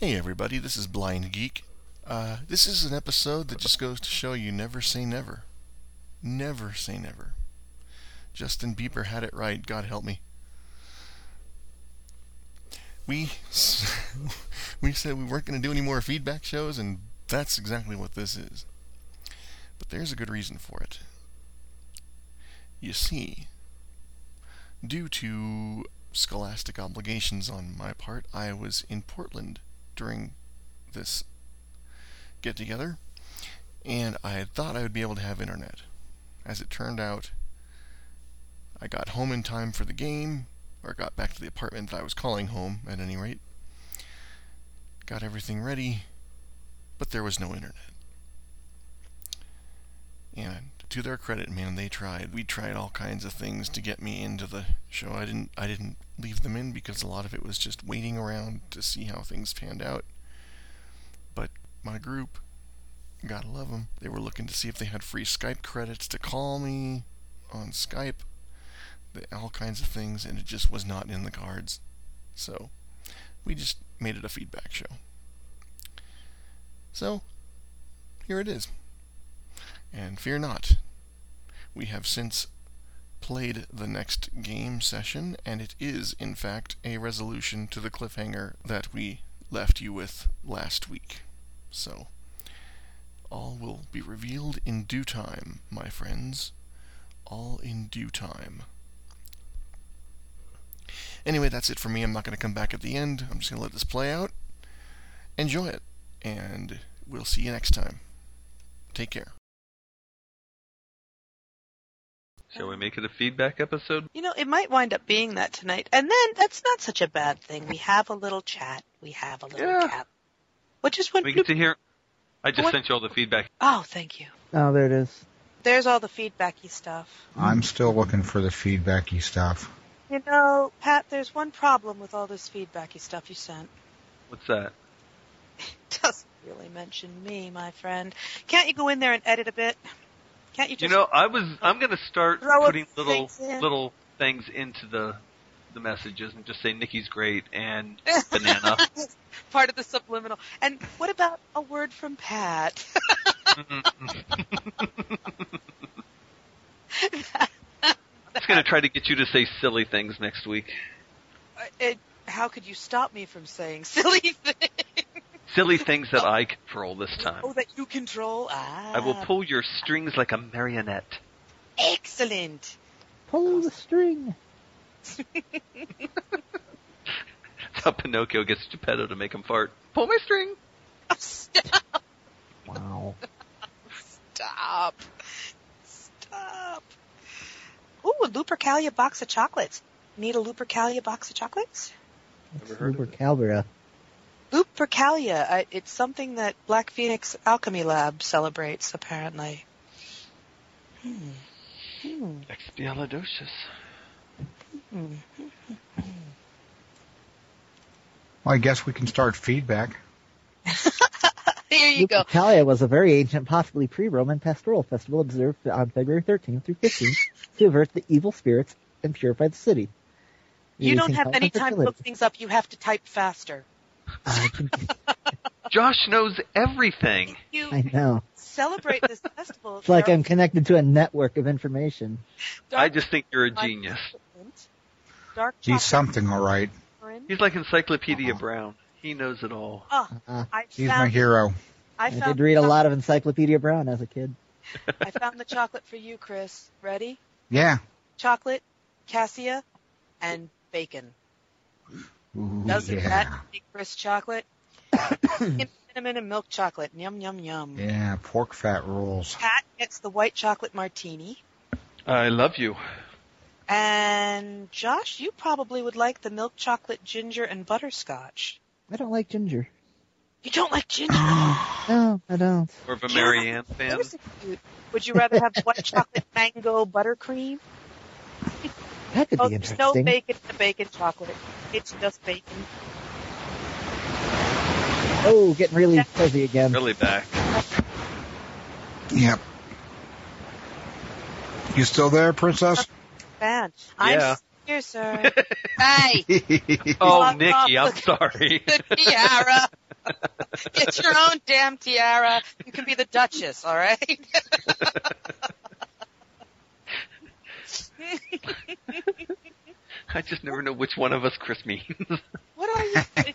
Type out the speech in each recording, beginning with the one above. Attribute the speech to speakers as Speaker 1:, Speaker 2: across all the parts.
Speaker 1: Hey everybody, this is Blind Geek. Uh, this is an episode that just goes to show you never say never. Never say never. Justin Bieber had it right, God help me. We s- we said we weren't going to do any more feedback shows and that's exactly what this is. But there's a good reason for it. You see, due to scholastic obligations on my part, I was in Portland during this get together, and I had thought I would be able to have internet. As it turned out, I got home in time for the game, or got back to the apartment that I was calling home, at any rate. Got everything ready, but there was no internet. And to their credit, man, they tried. We tried all kinds of things to get me into the show. I didn't I didn't leave them in because a lot of it was just waiting around to see how things panned out. But my group, gotta love them. They were looking to see if they had free Skype credits to call me on Skype. the- All kinds of things, and it just was not in the cards. So we just made it a feedback show. So here it is. And fear not, we have since played the next game session, and it is, in fact, a resolution to the cliffhanger that we left you with last week. So, all will be revealed in due time, my friends. All in due time. Anyway, that's it for me. I'm not going to come back at the end. I'm just going to let this play out. Enjoy it, and we'll see you next time. Take care.
Speaker 2: Shall we make it a feedback episode?
Speaker 3: You know, it might wind up being that tonight. And then that's not such a bad thing. We have a little chat. We have a little
Speaker 2: Yeah.
Speaker 3: chat. Which is when
Speaker 2: We get to hear. I just
Speaker 3: What?
Speaker 2: sent you all the feedback.
Speaker 3: Oh, thank you.
Speaker 4: Oh, there it is.
Speaker 3: There's all the feedbacky stuff.
Speaker 5: I'm still looking for the feedbacky stuff.
Speaker 3: You know, Pat, there's one problem with all this feedbacky stuff you sent.
Speaker 2: What's that?
Speaker 3: Doesn't really mention me, my friend. Can't you go in there and edit a bit? Can't you
Speaker 2: You
Speaker 3: just
Speaker 2: know, I was. I'm going to start
Speaker 3: Throw a
Speaker 2: putting little
Speaker 3: things in.
Speaker 2: little things into the the messages and just say Nikki's great and banana.
Speaker 3: part of the subliminal? And what about a word from Pat?
Speaker 2: I'm just going to try to get you to say silly things next week.
Speaker 3: it, how could you stop me from saying silly things?
Speaker 2: Silly things that I control this time.
Speaker 3: Oh, that you control? Ah.
Speaker 2: I will pull your strings like a marionette.
Speaker 3: Excellent.
Speaker 4: Pull the string.
Speaker 2: That's how Pinocchio gets Geppetto to make him fart. Pull my string.
Speaker 3: Oh, Stop.
Speaker 4: Wow.
Speaker 3: Stop. Stop. Ooh, a Lupercalia box of chocolates. Need a Lupercalia box of chocolates?
Speaker 2: Never heard of
Speaker 4: Super Calvera.
Speaker 3: Lupercalia. I, it's something that Black Phoenix Alchemy Lab celebrates, apparently. Hmm.
Speaker 2: Expialidocious.
Speaker 3: Hmm. Hmm.
Speaker 5: Well, I guess we can start feedback.
Speaker 3: Here you go.
Speaker 4: Lupercalia was a very ancient, possibly pre-Roman pastoral festival observed on February 13th through 15th to avert the evil spirits and purify the city.
Speaker 3: You don't
Speaker 4: Using
Speaker 3: have any
Speaker 4: health
Speaker 3: time
Speaker 4: and
Speaker 3: to
Speaker 4: fertility.
Speaker 3: look things up. You have to type faster.
Speaker 4: I, can,
Speaker 2: Josh knows everything.
Speaker 3: You
Speaker 4: I know.
Speaker 3: celebrate this festival.
Speaker 4: It's like
Speaker 3: There
Speaker 4: I'm connected to a network of information.
Speaker 3: are
Speaker 2: I just think you're a
Speaker 3: dark
Speaker 2: genius.
Speaker 3: chocolate, Dark
Speaker 5: He's
Speaker 3: chocolate
Speaker 5: something, all right.
Speaker 3: orange.
Speaker 2: He's like Encyclopedia
Speaker 5: Uh-huh.
Speaker 2: Brown. He knows it all.
Speaker 3: Oh,
Speaker 4: Uh,
Speaker 3: I
Speaker 5: He's
Speaker 3: found
Speaker 5: my hero.
Speaker 3: I,
Speaker 4: I
Speaker 3: found
Speaker 4: did read a
Speaker 3: the
Speaker 4: lot of Encyclopedia Brown as a kid.
Speaker 3: I found the chocolate for you, Chris. Ready?
Speaker 5: Yeah.
Speaker 3: Chocolate, cassia, and bacon.
Speaker 5: Ooh,
Speaker 3: Doesn't
Speaker 5: yeah.
Speaker 3: that make Chris chocolate? Cinnamon, cinnamon and milk chocolate. Yum yum yum.
Speaker 5: Yeah, pork fat rules.
Speaker 3: Pat gets the white chocolate martini.
Speaker 2: I love you.
Speaker 3: And Josh, you probably would like the milk chocolate ginger and butterscotch.
Speaker 4: I don't like ginger.
Speaker 3: You don't like ginger?
Speaker 4: No, I don't.
Speaker 2: More of a
Speaker 3: Yeah.
Speaker 2: Marianne fan.
Speaker 3: There's a cute- Would you rather have white chocolate mango buttercream?
Speaker 4: That could
Speaker 3: Oh,
Speaker 4: be
Speaker 3: there's no
Speaker 4: interesting.
Speaker 3: bacon in the bacon chocolate. It's just bacon.
Speaker 4: oh, getting really fuzzy again.
Speaker 2: Really back.
Speaker 5: Yep. You still there, princess?
Speaker 3: Fan.
Speaker 2: Yeah.
Speaker 3: I'm here, sir. hey.
Speaker 2: Oh,
Speaker 3: Fuck
Speaker 2: Nikki, I'm
Speaker 3: off.
Speaker 2: sorry.
Speaker 3: the tiara. Get your own damn tiara. You can be the Duchess, all right?
Speaker 2: I just never know which one of us Chris means.
Speaker 3: What are you?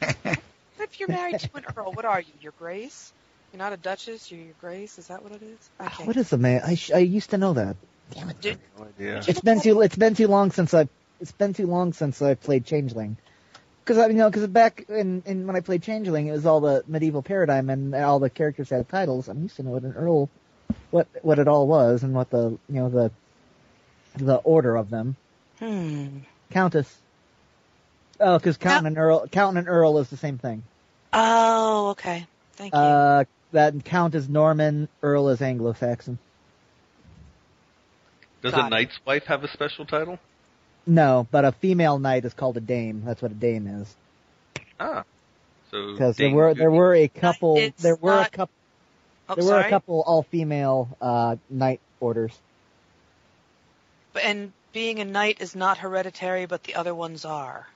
Speaker 3: if you're married to an earl, what are you? Your Grace? You're not a Duchess. You're your Grace. Is that what it is? I can't.
Speaker 4: Uh, What is the man? I, sh- I used to know that. Damn it!
Speaker 3: Dude,
Speaker 2: no idea.
Speaker 4: It's been too. It's been too long since I. It's been too long since I played Changeling. Because I you know, because back in, in when I played Changeling, it was all the medieval paradigm and all the characters had titles. I'm used to know what an earl, what what it all was, and what the you know the the order of them.
Speaker 3: hmm.
Speaker 4: Countess. Oh, because count
Speaker 3: Count-
Speaker 4: and earl, count and earl is the same thing.
Speaker 3: Oh, okay. Thank you.
Speaker 4: Uh, that count is Norman, earl is Anglo-Saxon.
Speaker 2: Does
Speaker 3: got
Speaker 2: a
Speaker 3: it.
Speaker 2: knight's wife have a special title?
Speaker 4: No, but a female knight is called a dame. That's what a dame is.
Speaker 2: Ah. So
Speaker 4: Because there
Speaker 2: Dame
Speaker 4: were there
Speaker 2: Judy.
Speaker 4: were a couple
Speaker 3: it's
Speaker 4: there were a
Speaker 3: not-
Speaker 4: couple
Speaker 3: oh,
Speaker 4: there were
Speaker 3: sorry.
Speaker 4: a couple all female uh knight orders.
Speaker 3: But- And being a knight is not hereditary, but the other ones are.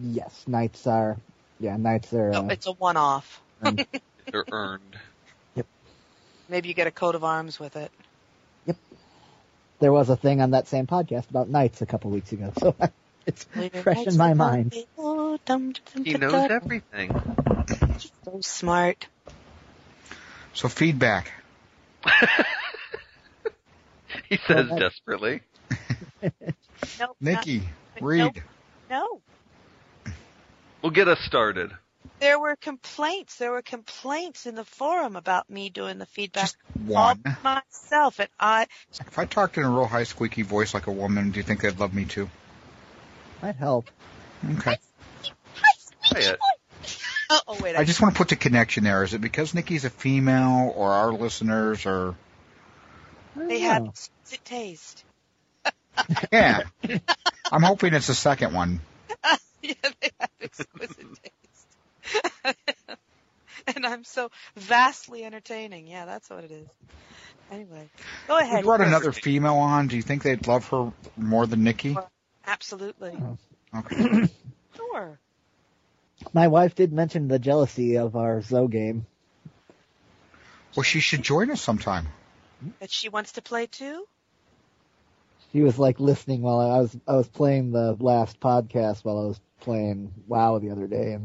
Speaker 4: Yes, knights are yeah knights are.
Speaker 3: No,
Speaker 4: uh,
Speaker 3: Oh, it's a one-off.
Speaker 4: um,
Speaker 2: they're earned.
Speaker 3: Maybe you get a coat of arms with it.
Speaker 4: there was a thing on that same podcast about knights a couple weeks ago, so it's fresh in my mind.
Speaker 2: He knows everything.
Speaker 3: So smart.
Speaker 5: So feedback.
Speaker 2: He says
Speaker 4: that-
Speaker 2: desperately.
Speaker 3: Nope, not-
Speaker 5: Nikki, read.
Speaker 3: no.
Speaker 2: Well, get us started.
Speaker 3: There were complaints. There were complaints in the forum about me doing the feedback
Speaker 5: Just one.
Speaker 3: all by myself, and I
Speaker 5: If I talked in a real high squeaky voice like a woman, do you think they'd love me too?
Speaker 4: Might help.
Speaker 5: Okay.
Speaker 2: Quiet.
Speaker 3: oh wait, I,
Speaker 5: I just want to put the connection there. Is it because Nikki's a female or our listeners or
Speaker 4: I don't
Speaker 3: they had
Speaker 4: know.
Speaker 3: exquisite taste.
Speaker 5: Yeah. I'm hoping it's the second one.
Speaker 3: yeah, they have exquisite taste, and I'm so vastly entertaining. Yeah, that's what it is. Anyway, go
Speaker 5: We
Speaker 3: ahead.
Speaker 5: brought
Speaker 3: Chris.
Speaker 5: another female on. Do you think they'd love her more than Nikki?
Speaker 3: Absolutely.
Speaker 5: Oh. Okay.
Speaker 3: Sure.
Speaker 4: My wife did mention the jealousy of our Zo game.
Speaker 5: Well, she should join us sometime.
Speaker 3: That she wants to play too.
Speaker 4: She was like listening while I was I was playing the last podcast while I was playing WoW the other day,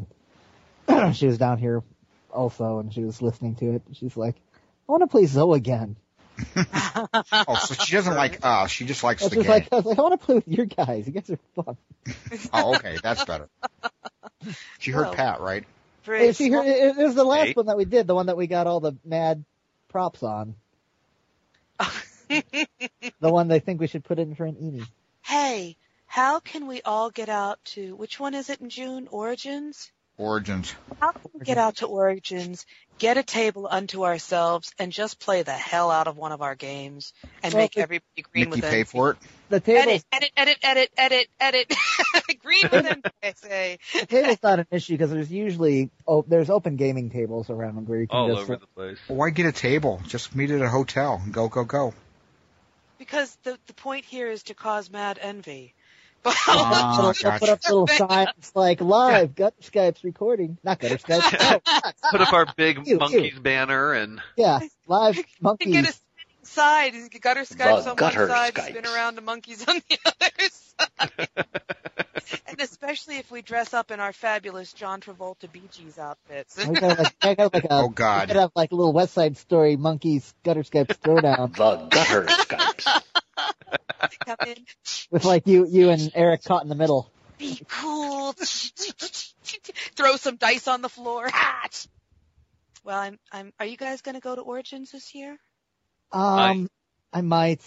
Speaker 4: and she was down here also, and she was listening to it. She's like, "I want to play Zoe again."
Speaker 5: Oh, so she doesn't like us. She just likes
Speaker 4: I was
Speaker 5: the
Speaker 4: just
Speaker 5: game.
Speaker 4: like, "I was like, I want to play with your guys. You guys are fun."
Speaker 5: Oh, okay. That's better. She heard
Speaker 3: Well.
Speaker 5: Pat, right?
Speaker 4: And
Speaker 3: Chris,
Speaker 4: she heard, it, it was the last
Speaker 2: Okay.
Speaker 4: one that we did, the one that we got all the mad props on, the one they think we should put in for an E Eni.
Speaker 3: hey, how can we all get out to which one is it in June? Origins?
Speaker 5: Origins.
Speaker 3: How can we get out to Origins, get a table unto ourselves, and just play the hell out of one of our games and
Speaker 4: Well,
Speaker 3: make
Speaker 4: the-
Speaker 3: everybody green
Speaker 5: Nikki
Speaker 3: with
Speaker 5: pay
Speaker 3: it?
Speaker 5: for it.
Speaker 4: The
Speaker 3: Edit,
Speaker 4: table's,
Speaker 3: edit, edit, edit, edit, edit. green with them, I say.
Speaker 4: the table's not an issue because there's usually oh, there's open gaming tables around where you can
Speaker 2: All
Speaker 4: just
Speaker 2: over the place.
Speaker 5: Well, why get a table? Just meet at a hotel and go, go, go.
Speaker 3: Because the the point here is to cause mad envy. But
Speaker 5: Ah,
Speaker 4: They'll
Speaker 5: gotcha.
Speaker 4: put up little signs like live, gutter Skype's recording. Not gutter Skype. Oh, God.
Speaker 3: Uh,
Speaker 2: Put up our big
Speaker 4: Ew, ew.
Speaker 2: monkeys banner and
Speaker 4: yeah, live
Speaker 3: You can get a
Speaker 4: monkeys.
Speaker 3: spinning side. You can gutter skypes
Speaker 6: The
Speaker 3: on
Speaker 6: gutter
Speaker 3: one side,
Speaker 6: Skypes.
Speaker 3: spin around the monkeys on the other side. and especially if we dress up in our fabulous John Travolta Bee Gees outfits.
Speaker 4: We gotta have, like, we gotta have, like a,
Speaker 5: Oh,
Speaker 4: we
Speaker 5: God.
Speaker 4: gotta have like Uh, a little West Side Story monkeys gutter Skype throwdown
Speaker 6: The gutter Skypes.
Speaker 3: Come in,
Speaker 4: with like you, you and Eric caught in the middle.
Speaker 3: be cool. Throw some dice on the floor. well, I'm, I'm, are you guys going to go to Origins this year?
Speaker 4: Um, I might.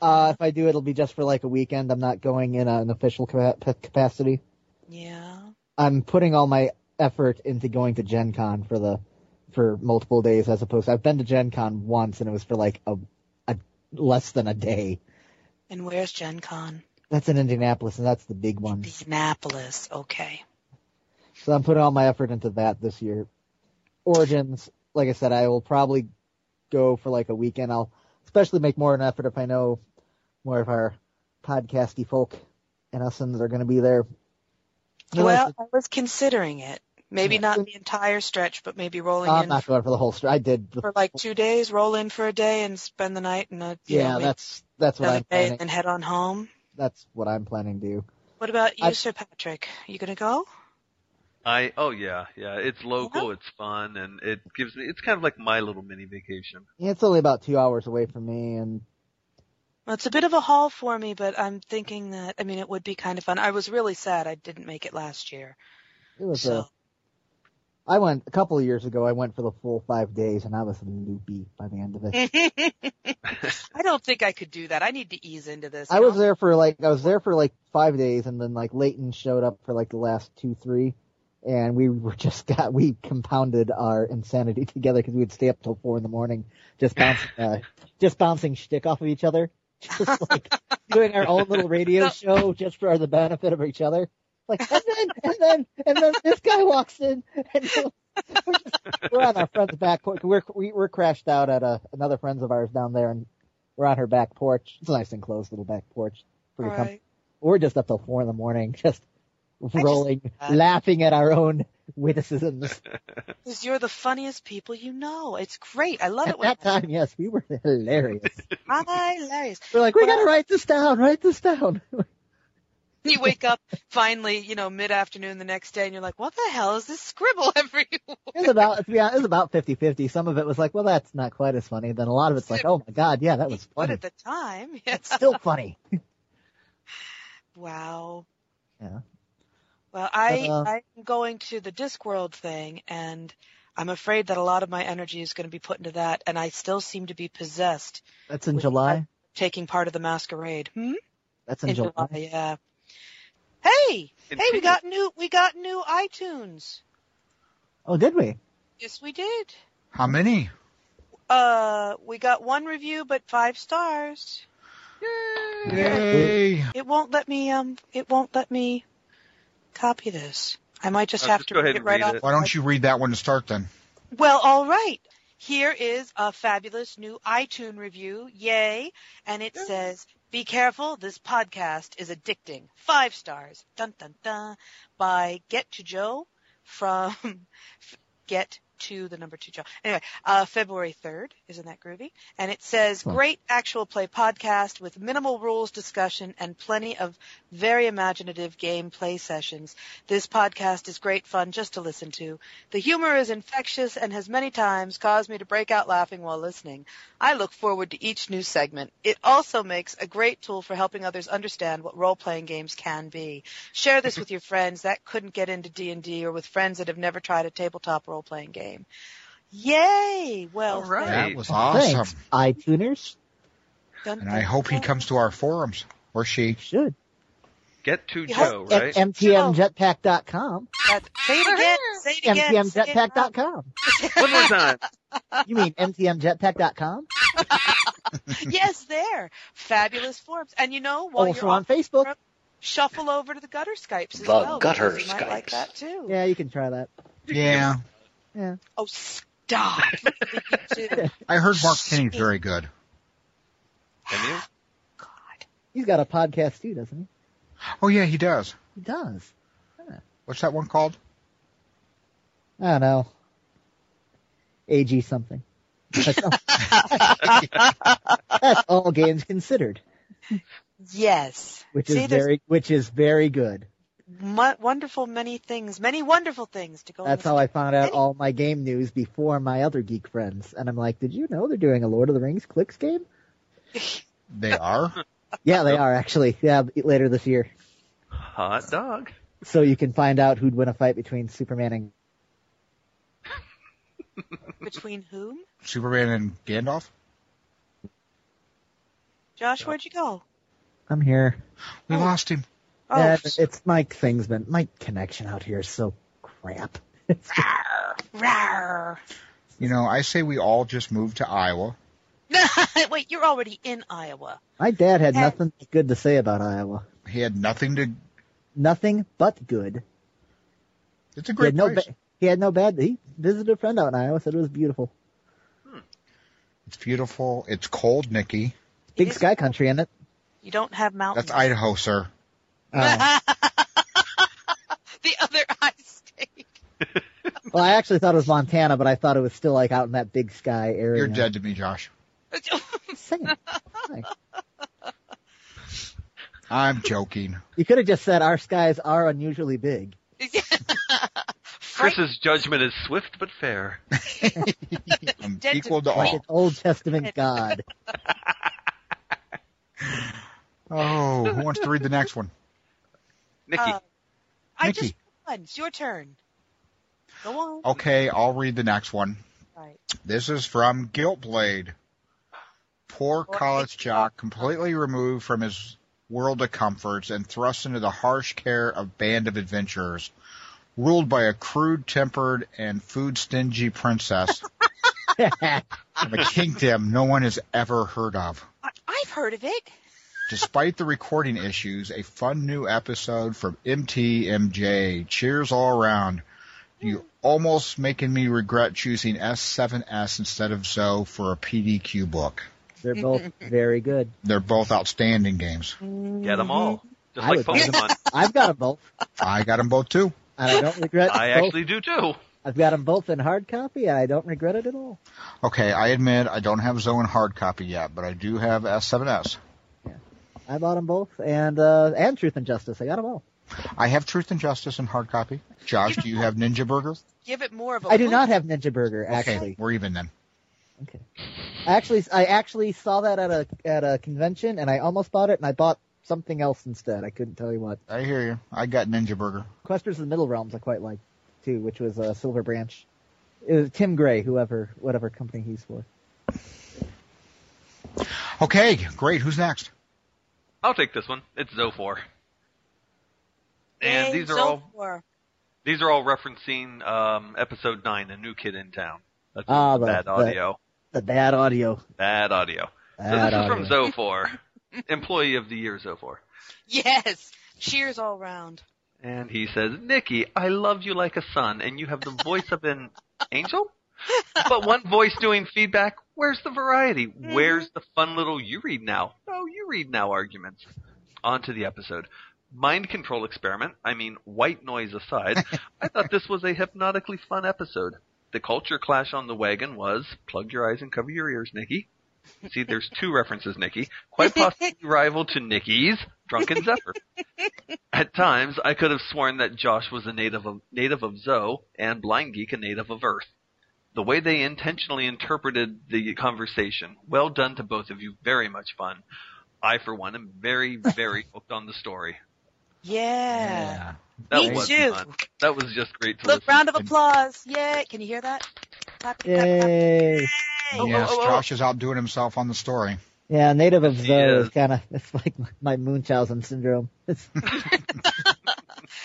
Speaker 4: Uh, if I do, it'll be just for like a weekend. I'm not going in uh, an official capa- capacity.
Speaker 3: Yeah.
Speaker 4: I'm putting all my effort into going to Gen Con for the for multiple days as opposed I've been to Gen Con once and it was for like a, a less than a day.
Speaker 3: And where's Gen Con?
Speaker 4: That's in Indianapolis and that's the big one.
Speaker 3: Indianapolis. Okay.
Speaker 4: So I'm putting all my effort into that this year. Origins, like I said, I will probably go for like a weekend. I'll especially make more of an effort if I know more of our podcasty folk and us are going to be there. Otherwise,
Speaker 3: Well, I was considering it. Maybe
Speaker 4: Yeah.
Speaker 3: not the entire stretch, but maybe rolling
Speaker 4: I'm
Speaker 3: in
Speaker 4: not going for the whole story. I did. The,
Speaker 3: for like two days, roll in for a day and spend the night in a you
Speaker 4: yeah,
Speaker 3: know, maybe
Speaker 4: that's that's what
Speaker 3: another
Speaker 4: I'm
Speaker 3: day
Speaker 4: planning.
Speaker 3: and then head on home.
Speaker 4: That's what I'm planning to do.
Speaker 3: What about you,
Speaker 4: I-
Speaker 3: Sir Patrick? You gonna go?
Speaker 2: I oh yeah yeah it's local
Speaker 3: Uh-huh.
Speaker 2: it's fun and it gives me it's kind of like my little mini vacation.
Speaker 4: It's only about two hours away from me, and
Speaker 3: Well, it's a bit of a haul for me, but I'm thinking that I mean it would be kind of fun. I was really sad I didn't make it last year.
Speaker 4: it was
Speaker 3: So
Speaker 4: a. I went a couple of years ago. I went for the full five days, and I was loopy by the end of it.
Speaker 3: I don't think I could do that. I need to ease into this.
Speaker 4: I was there for like I was there for like five days, and then like Leighton showed up for like the last two three, and we were just got we compounded our insanity together because we would stay up till four in the morning just bouncing uh, just bouncing shtick off of each other, just like doing our own little radio
Speaker 3: No.
Speaker 4: show just for the benefit of each other. Like and then and then and then this guy walks in and. We're, just, we're on our friend's back porch. We're we, we're crashed out at a, another friend's of ours down there in we're on her back porch. It's a nice enclosed little back porch.
Speaker 3: All
Speaker 4: Pretty comfy.
Speaker 3: right.
Speaker 4: We're just up till four in the morning, just
Speaker 3: just-
Speaker 4: rolling, laughing at our own witticisms.
Speaker 3: Because you're the funniest people you know. It's great. I love
Speaker 4: at
Speaker 3: it when
Speaker 4: that time, yes, we were hilarious.
Speaker 3: hilarious.
Speaker 4: We're like, we
Speaker 3: Well-
Speaker 4: gotta write this down, write this down.
Speaker 3: You wake up finally, you know, mid afternoon the next day and you're like, What the hell is this scribble everywhere?
Speaker 4: It was about, yeah, it was about 50-50. Some of it was like, well, that's not quite as funny. Then a lot of it's like, oh my god, yeah, that was
Speaker 3: But
Speaker 4: funny.
Speaker 3: at the time.
Speaker 4: It's still funny.
Speaker 3: Wow.
Speaker 4: Yeah.
Speaker 3: Well, I
Speaker 4: Uh,
Speaker 3: I'm going to the Discworld thing, and I'm afraid that a lot of my energy is going to be put into that, and I still seem to be possessed
Speaker 4: That's in
Speaker 3: Wait,
Speaker 4: July.
Speaker 3: I- taking part of the masquerade. Hmm?
Speaker 4: That's in,
Speaker 3: In
Speaker 4: July.
Speaker 3: July, yeah. Hey,
Speaker 2: And
Speaker 3: hey, we
Speaker 2: speaking-
Speaker 3: got new we got new iTunes.
Speaker 4: Oh, did we?
Speaker 3: Yes, we did.
Speaker 5: How many?
Speaker 3: Uh, we got one review, but five stars.
Speaker 5: Yay!
Speaker 3: It won't let me. Um, it won't let me copy this. I might just
Speaker 2: Uh,
Speaker 3: have
Speaker 2: just
Speaker 3: to
Speaker 2: go
Speaker 3: read
Speaker 2: ahead
Speaker 3: it
Speaker 2: and
Speaker 3: right
Speaker 2: read
Speaker 3: off.
Speaker 2: it.
Speaker 5: Why don't you read that one to start then?
Speaker 3: Well, all right. Here is a fabulous new iTunes review. Yay. And it says, be careful. This podcast is addicting. Five stars. Dun, dun, dun. By Get to Joe from Get to the number two Joe. Anyway, uh, February 3rd. Isn't that groovy? And it says,
Speaker 4: Hmm.
Speaker 3: great actual play podcast with minimal rules discussion and plenty of very imaginative gameplay sessions. This podcast is great fun just to listen to. The humor is infectious and has many times caused me to break out laughing while listening. I look forward to each new segment. It also makes a great tool for helping others understand what role-playing games can be. Share this with your friends that couldn't get into D&D or with friends that have never tried a tabletop role-playing game. Yay! Well,
Speaker 2: All right.
Speaker 5: That was awesome.
Speaker 4: Thanks, iTuners.
Speaker 3: dun,
Speaker 5: And
Speaker 3: dun,
Speaker 5: I hope he
Speaker 3: dun.
Speaker 5: comes to our forums or she.
Speaker 4: Should.
Speaker 2: Get to
Speaker 3: Yeah.
Speaker 2: Joe right.
Speaker 4: At mtmjetpack.com.
Speaker 3: That- Say it again. Say it again. say it again.
Speaker 4: mtmjetpack.com.
Speaker 2: One more time.
Speaker 4: You mean mtmjetpack.com?
Speaker 3: yes, there. Fabulous forms. And you know, while
Speaker 4: Also
Speaker 3: you're
Speaker 4: on
Speaker 3: on,
Speaker 4: Facebook.
Speaker 3: shuffle over to the gutter Skypes as
Speaker 6: The
Speaker 3: well. because
Speaker 6: gutter
Speaker 3: you might like
Speaker 6: Skypes.
Speaker 3: that too.
Speaker 4: Yeah, you can try that.
Speaker 5: Yeah.
Speaker 3: Oh, stop. You two.
Speaker 5: I heard Mark Kenny's very good.
Speaker 2: Can you?
Speaker 3: God.
Speaker 4: He's got a podcast too, doesn't he?
Speaker 5: Oh yeah, he does.
Speaker 4: He does.
Speaker 5: What's that one called?
Speaker 4: I don't know. AG something. That's all, That's all games considered,
Speaker 3: Yes.
Speaker 4: which
Speaker 3: See,
Speaker 4: is
Speaker 3: there's
Speaker 4: very, which is very good.
Speaker 3: mu- wonderful many things, many wonderful things to go
Speaker 4: That's how I found out all my game news before my other geek friends. And I'm like, did you know they're doing a Lord of the Rings clicks game?
Speaker 5: They are.
Speaker 4: Yeah, they are actually. Yeah, later this year.
Speaker 2: Hot dog.
Speaker 4: So you can find out who'd win a fight between Superman and
Speaker 3: Between whom?
Speaker 5: Superman and Gandalf.
Speaker 3: Josh, where'd you go?
Speaker 4: I'm here.
Speaker 5: We lost him.
Speaker 3: Oh,
Speaker 4: Yeah, it's my thing's been my connection out here is so crap. It's just-
Speaker 3: rawr.
Speaker 5: You know, I say we all just move to Iowa.
Speaker 3: Wait, you're already in Iowa.
Speaker 4: my dad had
Speaker 3: Yeah.
Speaker 4: nothing good to say about Iowa.
Speaker 5: He had nothing to.
Speaker 4: Nothing but good.
Speaker 5: It's a
Speaker 4: He
Speaker 5: great
Speaker 4: had no
Speaker 5: place.
Speaker 4: ba- he had no bad. He visited a friend out in Iowa, said it was beautiful.
Speaker 5: It's beautiful. It's cold, Nikki.
Speaker 4: Big
Speaker 3: is-
Speaker 4: sky country in it.
Speaker 3: You don't have mountains.
Speaker 5: That's Idaho, sir.
Speaker 4: Uh,
Speaker 3: the other I state.
Speaker 4: Well, I actually thought it was Montana, but I thought it was still like out in that big sky area.
Speaker 5: You're dead to me, Josh.
Speaker 4: Same. Hi.
Speaker 5: I'm joking.
Speaker 4: You could have just said our skies are unusually big.
Speaker 3: Fright-
Speaker 2: Chris's judgment is swift but fair.
Speaker 5: I'm
Speaker 3: Dead to
Speaker 5: equal to,
Speaker 4: Like an
Speaker 5: all.
Speaker 4: Old Testament God.
Speaker 5: Oh, who wants to read the next one?
Speaker 2: Nikki,
Speaker 3: Uh, I
Speaker 5: Nikki.
Speaker 3: just won. It's your turn. Go on.
Speaker 2: Oh.
Speaker 5: Okay, I'll read the next one.
Speaker 3: Right.
Speaker 5: This is from Guiltblade. Poor college jock, completely removed from his world of comforts and thrust into the harsh care of band of adventurers, ruled by a crude-tempered and food-stingy princess of a kingdom no one has ever heard of.
Speaker 3: I- I've heard of it.
Speaker 5: Despite the recording issues, a fun new episode from MTMJ. Cheers all around. You almost making me regret choosing S7S instead of Zoe for a PDQ book.
Speaker 4: They're both very good.
Speaker 5: They're both outstanding games.
Speaker 3: Um,
Speaker 2: get them all. Just
Speaker 4: I
Speaker 2: like
Speaker 4: would-
Speaker 2: Pokemon.
Speaker 4: I've got them both.
Speaker 5: I got them both too.
Speaker 4: And I don't regret
Speaker 2: I
Speaker 4: both.
Speaker 2: actually do too.
Speaker 4: I've got them both in hard copy, and I don't regret it at all.
Speaker 5: Okay, I admit I don't have Zoe in hard copy yet, but I do have S7S.
Speaker 4: I bought them both, and uh, and Truth and Justice. I got them all.
Speaker 5: I have Truth and Justice in hard copy. Josh, do you have Ninja Burger?
Speaker 3: Give it more of a.
Speaker 4: I do
Speaker 3: look.
Speaker 4: not have Ninja Burger
Speaker 5: Okay,
Speaker 4: actually.
Speaker 5: we're even then.
Speaker 4: Okay. Actually, I actually saw that at a at a convention, and I almost bought it, and I bought something else instead. I couldn't tell you what.
Speaker 5: I hear you. I got Ninja Burger.
Speaker 4: Questers of the Middle Realms I quite liked too, which was uh, Silver Branch. It was Tim Gray, whoever whatever company he's for.
Speaker 5: Okay, great. Who's next?
Speaker 2: I'll take this one. It's Zophor. And
Speaker 3: Yay,
Speaker 2: these are
Speaker 3: so
Speaker 2: all
Speaker 3: far.
Speaker 2: these are all referencing um, episode nine, A New Kid in Town. That's
Speaker 4: Ah, the-
Speaker 2: bad
Speaker 4: the-
Speaker 2: audio.
Speaker 4: The bad audio.
Speaker 2: Bad audio. So this
Speaker 4: Bad
Speaker 2: is
Speaker 4: audio.
Speaker 2: from Zophor, Employee of the Year Zophor.
Speaker 3: Yes. Cheers all round.
Speaker 2: And he says, Nikki, I love you like a son, and you have the voice of an angel? But one voice doing feedback, where's the variety? Where's the fun little you read now? No, you read now arguments. On to the episode. Mind control experiment, I mean, white noise aside, I thought this was a hypnotically fun episode. The culture clash on the wagon was plug your eyes and cover your ears, Nikki. See, there's two references, Nikki. Quite possibly rival to Nikki's Drunken Zephyr. At times, I could have sworn that Josh was a native of, native of Zoe and Blind Geek a native of Earth. The way they intentionally interpreted the conversation, well done to both of you. Very much fun. I, for one, am very, very hooked on the story.
Speaker 3: Yeah.
Speaker 2: That
Speaker 3: Me
Speaker 2: was
Speaker 3: too.
Speaker 2: fun. That was just great to
Speaker 3: Look,
Speaker 2: listen.
Speaker 3: round of applause. Yay. Can you hear that? Clap, clap, clap.
Speaker 4: Yay!
Speaker 2: Oh,
Speaker 5: yes,
Speaker 2: oh, oh, oh.
Speaker 5: Josh is outdoing himself on the story.
Speaker 4: Yeah, native of
Speaker 2: Yes, he
Speaker 4: Zoe
Speaker 2: is.
Speaker 4: is kind of it's like my Munchausen syndrome. It's,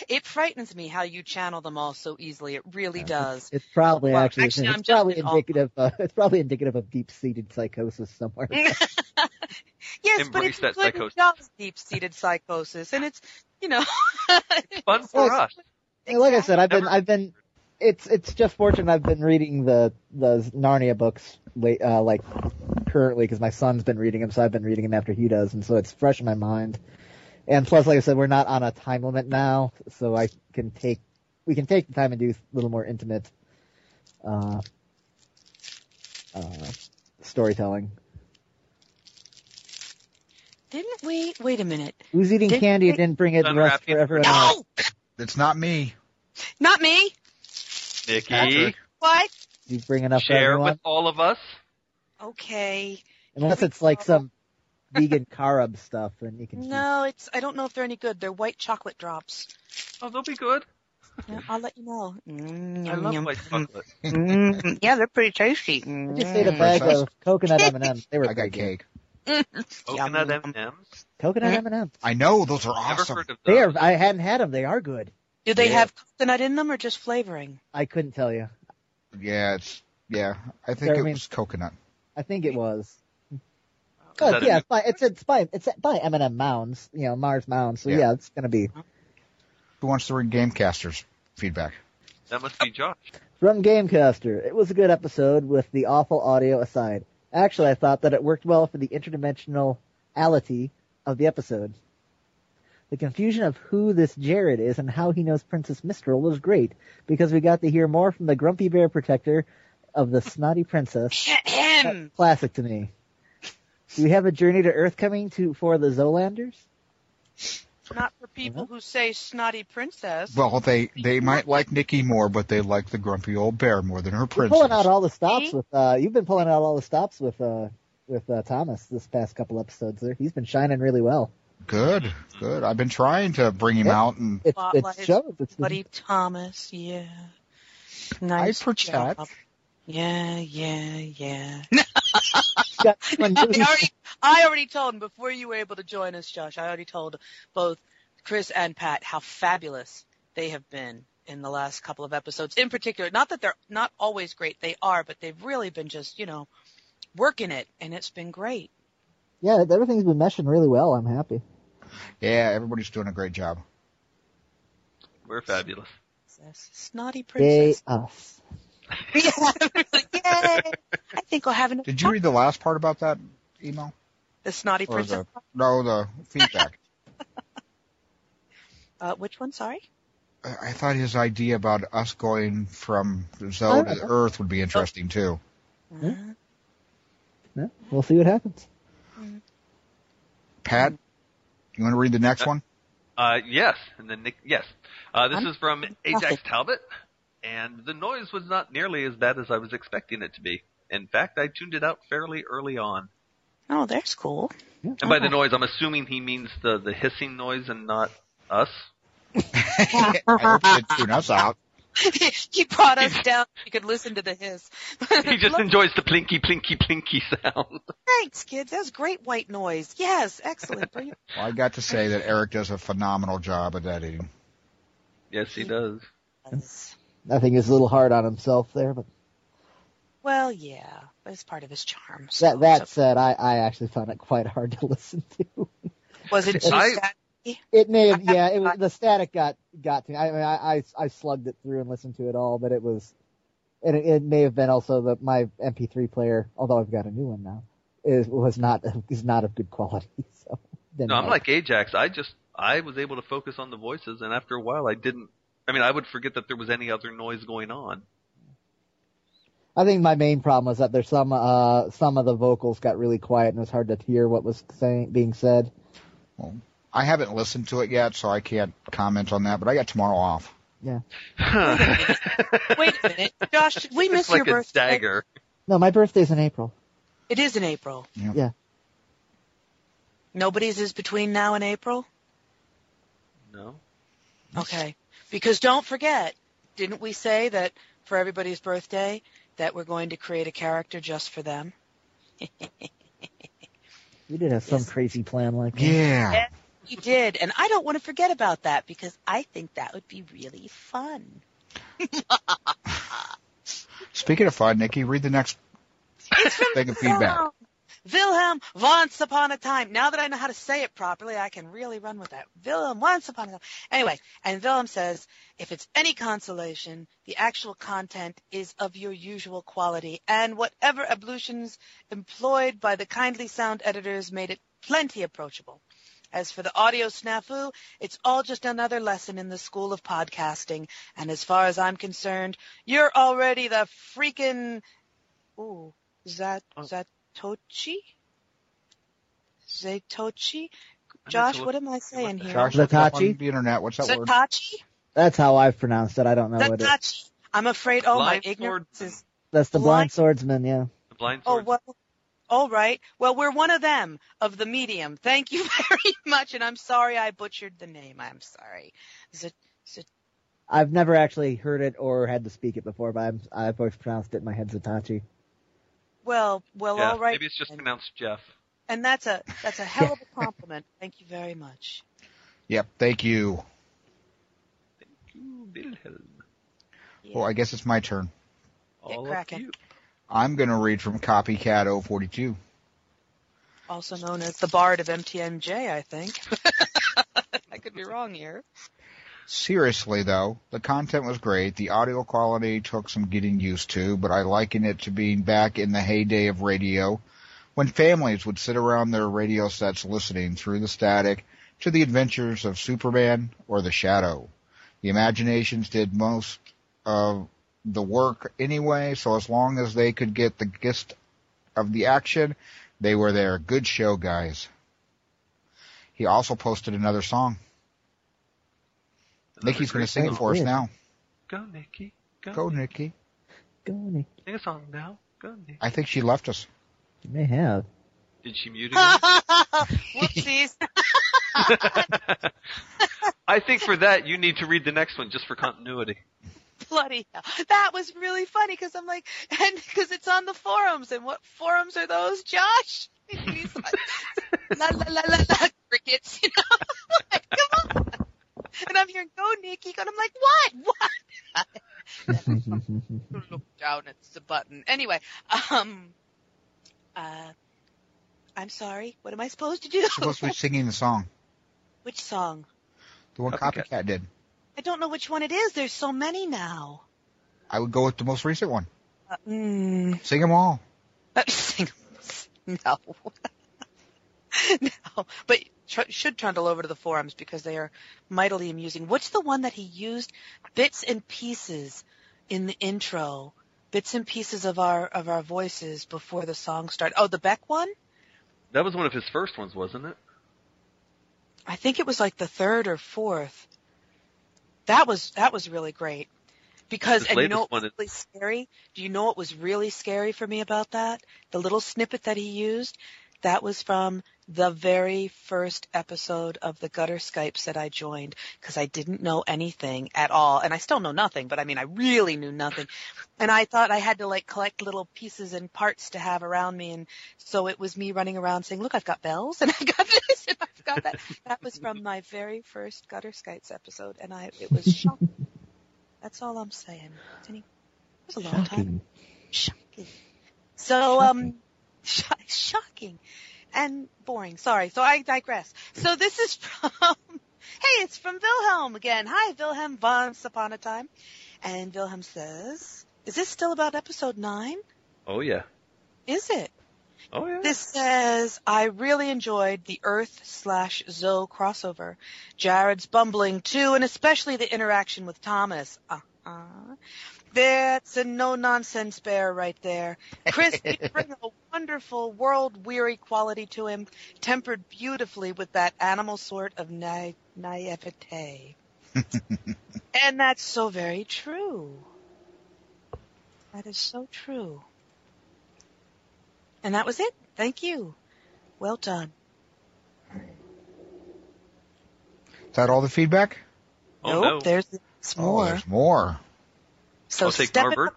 Speaker 3: It frightens me how you channel them all so easily. It really does.
Speaker 4: it's probably
Speaker 3: Well,
Speaker 4: actually,
Speaker 3: actually, I'm
Speaker 4: it's
Speaker 3: just
Speaker 4: probably
Speaker 3: in awe.
Speaker 4: indicative. Uh, it's probably indicative of deep-seated psychosis somewhere.
Speaker 3: Yes, but
Speaker 2: Embrace
Speaker 3: it's
Speaker 2: that
Speaker 3: good
Speaker 2: psychosis.
Speaker 3: deep-seated psychosis, and it's you know
Speaker 2: Fun for
Speaker 4: Yes.
Speaker 2: us.
Speaker 4: Yeah, Like I said, I've been,
Speaker 2: Never-
Speaker 4: I've been, it's, it's just fortunate I've been reading the, the Narnia books, late, uh, like currently because my son's been reading them, so I've been reading them after he does, and so it's fresh in my mind. And plus, like I said, we're not on a time limit now, so I can take, we can take the time and do a little more intimate, uh, uh, storytelling.
Speaker 3: Didn't we? Wait a minute.
Speaker 4: Who's eating
Speaker 3: Did-
Speaker 4: candy and didn't bring it and rest
Speaker 2: Unwrapping
Speaker 4: for
Speaker 2: it.
Speaker 4: everyone else?
Speaker 3: No,
Speaker 5: It's not me.
Speaker 3: not me.
Speaker 2: Nikki,
Speaker 5: Patrick.
Speaker 3: What?
Speaker 4: You bring enough for
Speaker 2: share
Speaker 4: everyone?
Speaker 2: with all of us.
Speaker 3: Okay.
Speaker 4: Unless it's like some vegan carob stuff, and you can choose
Speaker 3: No, it's. I don't know if they're any good. They're white chocolate drops.
Speaker 2: Oh, they'll be good.
Speaker 3: Yeah, I'll let you know. Mm,
Speaker 2: I
Speaker 3: yum,
Speaker 2: love
Speaker 3: yum.
Speaker 2: white chocolate.
Speaker 3: Mm, yeah, they're pretty tasty.
Speaker 4: I just ate a
Speaker 3: Mm.
Speaker 4: bag
Speaker 5: Precisely.
Speaker 4: of coconut M&Ms. They were
Speaker 5: I
Speaker 4: pretty
Speaker 5: got
Speaker 4: good.
Speaker 5: cake.
Speaker 2: Coconut
Speaker 3: Yum.
Speaker 2: M&Ms.
Speaker 4: Coconut
Speaker 2: Mm-hmm.
Speaker 4: M&Ms.
Speaker 5: I know those are
Speaker 2: Never
Speaker 5: awesome.
Speaker 2: heard of those.
Speaker 4: They are. I hadn't had them. They are good.
Speaker 3: Do they
Speaker 5: Yeah.
Speaker 3: have coconut in them or just flavoring?
Speaker 4: I couldn't tell you.
Speaker 5: Yeah, it's yeah. I
Speaker 4: There,
Speaker 5: think
Speaker 4: I
Speaker 5: it
Speaker 4: mean-
Speaker 5: was coconut.
Speaker 4: I think it was.
Speaker 2: Is
Speaker 4: But
Speaker 2: that a
Speaker 4: yeah,
Speaker 2: new-
Speaker 4: it's by, it's it's by it's by M&M Mounds. You know Mars Mounds. So yeah,
Speaker 5: Yeah.
Speaker 4: it's gonna be
Speaker 5: Who wants to read Gamecasters feedback?
Speaker 2: that must be Josh.
Speaker 4: from Gamecaster. It was a good episode with the awful audio aside. Actually, I thought that it worked well for the interdimensionality of the episode. The confusion of who this Jared is and how he knows Princess Mistral was great because we got to hear more from the grumpy bear protector of the snotty princess.
Speaker 3: Ahem.
Speaker 4: Classic to me. Do we have a journey to Earth coming to for the Zolanders?
Speaker 3: Not for people who say snotty princess.
Speaker 5: Well, they they might like Nikki more, but they like the grumpy old bear more than her
Speaker 4: You're pulling out
Speaker 5: princess.
Speaker 4: all the stops
Speaker 3: See?
Speaker 4: with uh you've been pulling out all the stops with uh with uh Thomas this past couple episodes there. He's been shining really well.
Speaker 5: Good, good. I've been trying to bring him
Speaker 4: Yeah.
Speaker 5: out, and
Speaker 4: It's
Speaker 3: Spotlight
Speaker 4: it's
Speaker 3: is
Speaker 4: shows. It's
Speaker 3: Buddy Thomas, yeah.
Speaker 5: I
Speaker 3: Nice
Speaker 5: protect.
Speaker 3: job. Yeah, yeah, yeah.
Speaker 4: it's got someone
Speaker 3: I
Speaker 4: really-
Speaker 3: already, I already told him before you were able to join us, Josh. I already told both Chris and Pat how fabulous they have been in the last couple of episodes. In particular, not that they're not always great, they are, but they've really been just, you know, working it, and it's been great.
Speaker 4: yeah, everything's been meshing really well. I'm happy.
Speaker 5: Yeah, everybody's doing a great job.
Speaker 2: We're fabulous.
Speaker 3: Snotty
Speaker 4: Yay
Speaker 3: princess.
Speaker 4: us.
Speaker 3: Yeah. Yay! I think we'll have an
Speaker 5: Did you read the last part about that email?
Speaker 3: the snotty
Speaker 5: Or
Speaker 3: princess.
Speaker 5: the no, the feedback.
Speaker 3: Uh, which one? Sorry.
Speaker 5: I I thought his idea about us going from Zoe to
Speaker 4: Oh.
Speaker 5: Earth would be interesting too.
Speaker 4: Hmm? Yeah, we'll see what happens.
Speaker 5: Pat, you want to read the next one?
Speaker 2: Uh, yes, and then Nick, yes. Uh, this
Speaker 3: I'm-
Speaker 2: is from Ajax
Speaker 3: Nothing.
Speaker 2: Talbot, and the noise was not nearly as bad as I was expecting it to be. In fact, I tuned it out fairly early on.
Speaker 3: Oh, there's cool.
Speaker 2: And by the noise, I'm assuming he means the, the hissing noise and not us.
Speaker 5: I hope you didn't tune us out.
Speaker 3: he brought us down. so You could listen to the hiss.
Speaker 2: He just enjoys the plinky, plinky, plinky sound.
Speaker 3: Thanks, kids. That was great white noise. Yes, excellent. Bring it-
Speaker 5: Well, I got to say that Eric does a phenomenal job at editing.
Speaker 2: yes, he does.
Speaker 4: I think he's a little hard on himself there, but
Speaker 3: Well, yeah, but it's part of his charm. So,
Speaker 4: that that
Speaker 3: so-
Speaker 4: said, I I actually found it quite hard to listen to.
Speaker 3: was it. Too
Speaker 2: I-
Speaker 3: sad?
Speaker 4: It may have,
Speaker 3: I-
Speaker 4: yeah. It was, the static got got to me. I mean, I, I I slugged it through and listened to it all, but it was, and it, it may have been also that my MP3 player, although I've got a new one now, is was not is not of good quality. So then
Speaker 2: No, I'm like Ajax. I just I was able to focus on the voices, and after a while, I didn't. I mean, I would forget that there was any other noise going on.
Speaker 4: I think my main problem was that there's some uh some of the vocals got really quiet and it was hard to hear what was saying being said.
Speaker 5: I haven't listened to it yet, so I can't comment on that. But I got tomorrow off.
Speaker 3: Wait a minute, Josh. Did we miss
Speaker 2: it's like
Speaker 3: your
Speaker 2: a
Speaker 3: birthday?
Speaker 2: dagger.
Speaker 4: No, my birthday's in April.
Speaker 3: It is in April.
Speaker 5: Yeah.
Speaker 4: Yeah.
Speaker 3: Nobody's is between now and April.
Speaker 2: No.
Speaker 3: Okay. Because don't forget, didn't we say that for everybody's birthday that we're going to create a character just for them?
Speaker 4: We did have some
Speaker 3: Yes.
Speaker 4: crazy plan like that.
Speaker 5: Yeah.
Speaker 3: You did, and I don't want to forget about that because I think that would be really fun.
Speaker 5: Speaking of fun, Nikki, read the next thing of feedback.
Speaker 3: Wilhelm, Wilhelm, once upon a time. Now that I know how to say it properly, I can really run with that. Wilhelm, once upon a time. Anyway, and Wilhelm says, if it's any consolation, the actual content is of your usual quality, and whatever ablutions employed by the kindly sound editors made it plenty approachable. As for the audio snafu, it's all just another lesson in the school of podcasting. And as far as I'm concerned, you're already the freaking, ooh, Zat
Speaker 2: Oh.
Speaker 3: Zatochi? Zatochi?
Speaker 2: I
Speaker 3: Josh,
Speaker 2: need to
Speaker 3: what
Speaker 2: look-
Speaker 3: am I saying here?
Speaker 5: Josh, look it up on
Speaker 4: Zatachi?
Speaker 5: the internet. What's that word?
Speaker 3: Zatachi?
Speaker 4: That's how I've pronounced it. I don't know what it.
Speaker 3: Zatachi? I'm afraid, oh, my
Speaker 2: Blind
Speaker 3: ignorance
Speaker 2: swordsman.
Speaker 3: is
Speaker 4: That's the
Speaker 3: Blind-
Speaker 4: blind swordsman. Yeah.
Speaker 2: The blind
Speaker 3: Oh,
Speaker 2: sword.
Speaker 3: well, all right. Well, we're one of them of the medium. Thank you very much, and I'm sorry I butchered the name. I'm sorry. Z-
Speaker 4: I've never actually heard it or had to speak it before, but I'm, I've always pronounced it in my head Zatachi.
Speaker 3: well, well,
Speaker 2: yeah,
Speaker 3: all right.
Speaker 2: Maybe it's just
Speaker 3: then.
Speaker 2: pronounced Jeff.
Speaker 3: and that's a that's a hell of a compliment. Thank you very much.
Speaker 5: Yep. Thank you.
Speaker 2: Ooh, Wilhelm.
Speaker 5: Well, I guess it's my turn.
Speaker 2: All up
Speaker 3: cracking.
Speaker 2: you.
Speaker 5: I'm going to read from Copycat 042.
Speaker 3: Also known as the Bard of MTMJ, I think. I could be wrong here.
Speaker 5: Seriously though, the content was great. The audio quality took some getting used to, but I liken it to being back in the heyday of radio when families would sit around their radio sets listening through the static to the adventures of Superman or the Shadow. The imaginations did most of the work anyway, so as long as they could get the gist of the action, they were there. Good show, guys. He also posted another song. Nikki's going to sing it for us
Speaker 4: Yeah.
Speaker 5: now.
Speaker 2: Go, Nikki. Go,
Speaker 5: Go,
Speaker 2: Nikki.
Speaker 5: Nikki.
Speaker 4: Go on, you
Speaker 2: Sing a song now. Go, Nikki.
Speaker 5: I think she left us.
Speaker 4: may have.
Speaker 2: Did she mute again?
Speaker 3: Whoopsies.
Speaker 2: I think for that, you need to read the next one just for continuity.
Speaker 3: bloody hell. That was really funny because I'm like, and because it's on the forums. And what forums are those, Josh? And he's like, la la la la la, crickets. You know, like, come on. And I'm hearing, go, Nikki. And I'm like, what? What? Look down. It's the button. Anyway, um, uh, I'm sorry. What am I supposed to do?
Speaker 5: supposed to be singing the song.
Speaker 3: Which song?
Speaker 5: The one
Speaker 2: Copycat.
Speaker 5: Copycat did.
Speaker 3: I don't know which one it is. There's so many now.
Speaker 5: I would go with the most recent one.
Speaker 3: Uh, mm.
Speaker 5: Sing them all.
Speaker 3: Not sing. No. no. But tr- should trundle over to the forums because they are mightily amusing. What's the one that he used bits and pieces in the intro? Bits and pieces of our of our voices before the song started. Oh, the Beck one?
Speaker 2: That was one of his first ones, wasn't it?
Speaker 3: I think it was like the third or fourth. That was that was really great. Because
Speaker 2: This
Speaker 3: and you
Speaker 2: latest
Speaker 3: know what was
Speaker 2: one is-
Speaker 3: really scary? Do you know what was really scary for me about that? The little snippet that he used, that was from the very first episode of the gutter Skypes that I joined because I didn't know anything at all. And I still know nothing, but I mean I really knew nothing. And I thought I had to like collect little pieces and parts to have around me and so it was me running around saying, look, I've got bells and I got this and I've got that. That was from my very first Gutter Skites episode and I, it was shocking. That's all I'm saying. It was a long time.
Speaker 4: Shocking.
Speaker 3: Shocking. So, um, sh- shocking and boring. Sorry. So I digress. So this is from, hey, it's from Wilhelm again. Hi, Wilhelm once upon a time. And Wilhelm says, is this still about episode nine?
Speaker 2: Oh yeah.
Speaker 3: Is it?
Speaker 2: Oh yeah.
Speaker 3: This uh, says, I really enjoyed the Earth slash Zoe crossover. Jared's bumbling too, and especially the interaction with Thomas. Uh-huh. That's a no-nonsense bear right there. Chris did bring a wonderful world-weary quality to him, tempered beautifully with that animal sort of na- naivete. and that's so very true. That is so true. And that was it. Thank you. Well done.
Speaker 5: Is that all the feedback?
Speaker 2: oh
Speaker 3: nope,
Speaker 2: no.
Speaker 3: there's it's more.
Speaker 5: Oh, there's more.
Speaker 3: so
Speaker 2: I'll take
Speaker 3: step it
Speaker 2: Norbert.
Speaker 3: up.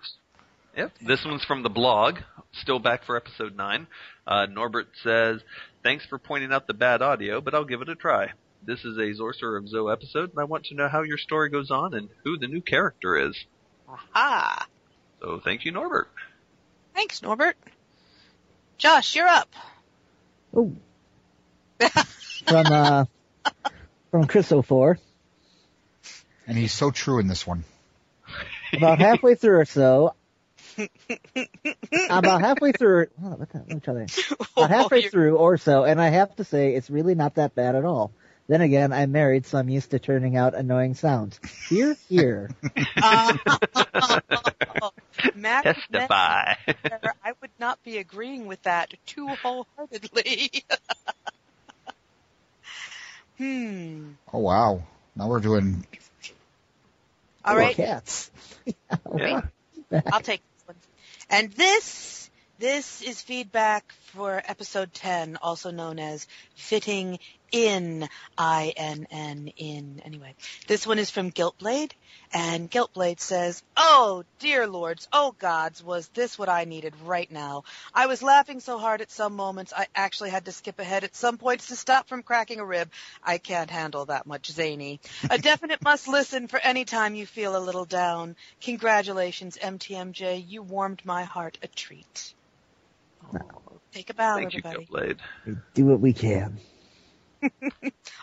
Speaker 2: Yep. This one's from the blog. Still back for episode nine. Uh, Norbert says, "Thanks for pointing out the bad audio, but I'll give it a try. This is a Sorcerer of Zoe episode, and I want to know how your story goes on and who the new character is."
Speaker 3: Ah,
Speaker 2: So thank you, Norbert.
Speaker 3: thanks, Norbert. Josh, you're up.
Speaker 4: Oh. from uh, from Chrysophore.
Speaker 5: And he's so true in this one.
Speaker 4: About halfway through or so. about halfway through. Hold on, what the, let me try that. about halfway
Speaker 3: Oh, You're-
Speaker 4: through or so, and I have to say it's really not that bad at all. Then again, I'm married, so I'm used to turning out annoying sounds. Here, here.
Speaker 3: Ah. Matt,
Speaker 2: Testify.
Speaker 3: Matt, I would not be agreeing with that too wholeheartedly. hmm.
Speaker 5: Oh wow. Now we're doing
Speaker 3: All
Speaker 4: Poor
Speaker 3: right.
Speaker 4: Cats.
Speaker 2: yeah.
Speaker 3: I'll take this one. And this, this is feedback for episode 10, also known as fitting in, I-N-N, in, anyway. This one is from Guiltblade, and Guiltblade says, Oh, dear lords, oh gods, was this what I needed right now? I was laughing so hard at some moments, I actually had to skip ahead at some points to stop from cracking a rib. I can't handle that much zany. A definite must listen for any time you feel a little down. Congratulations, MTMJ. You warmed my heart a treat. Take a bow,
Speaker 2: Thank you,
Speaker 3: everybody.
Speaker 2: Gilblade.
Speaker 4: We do what we can.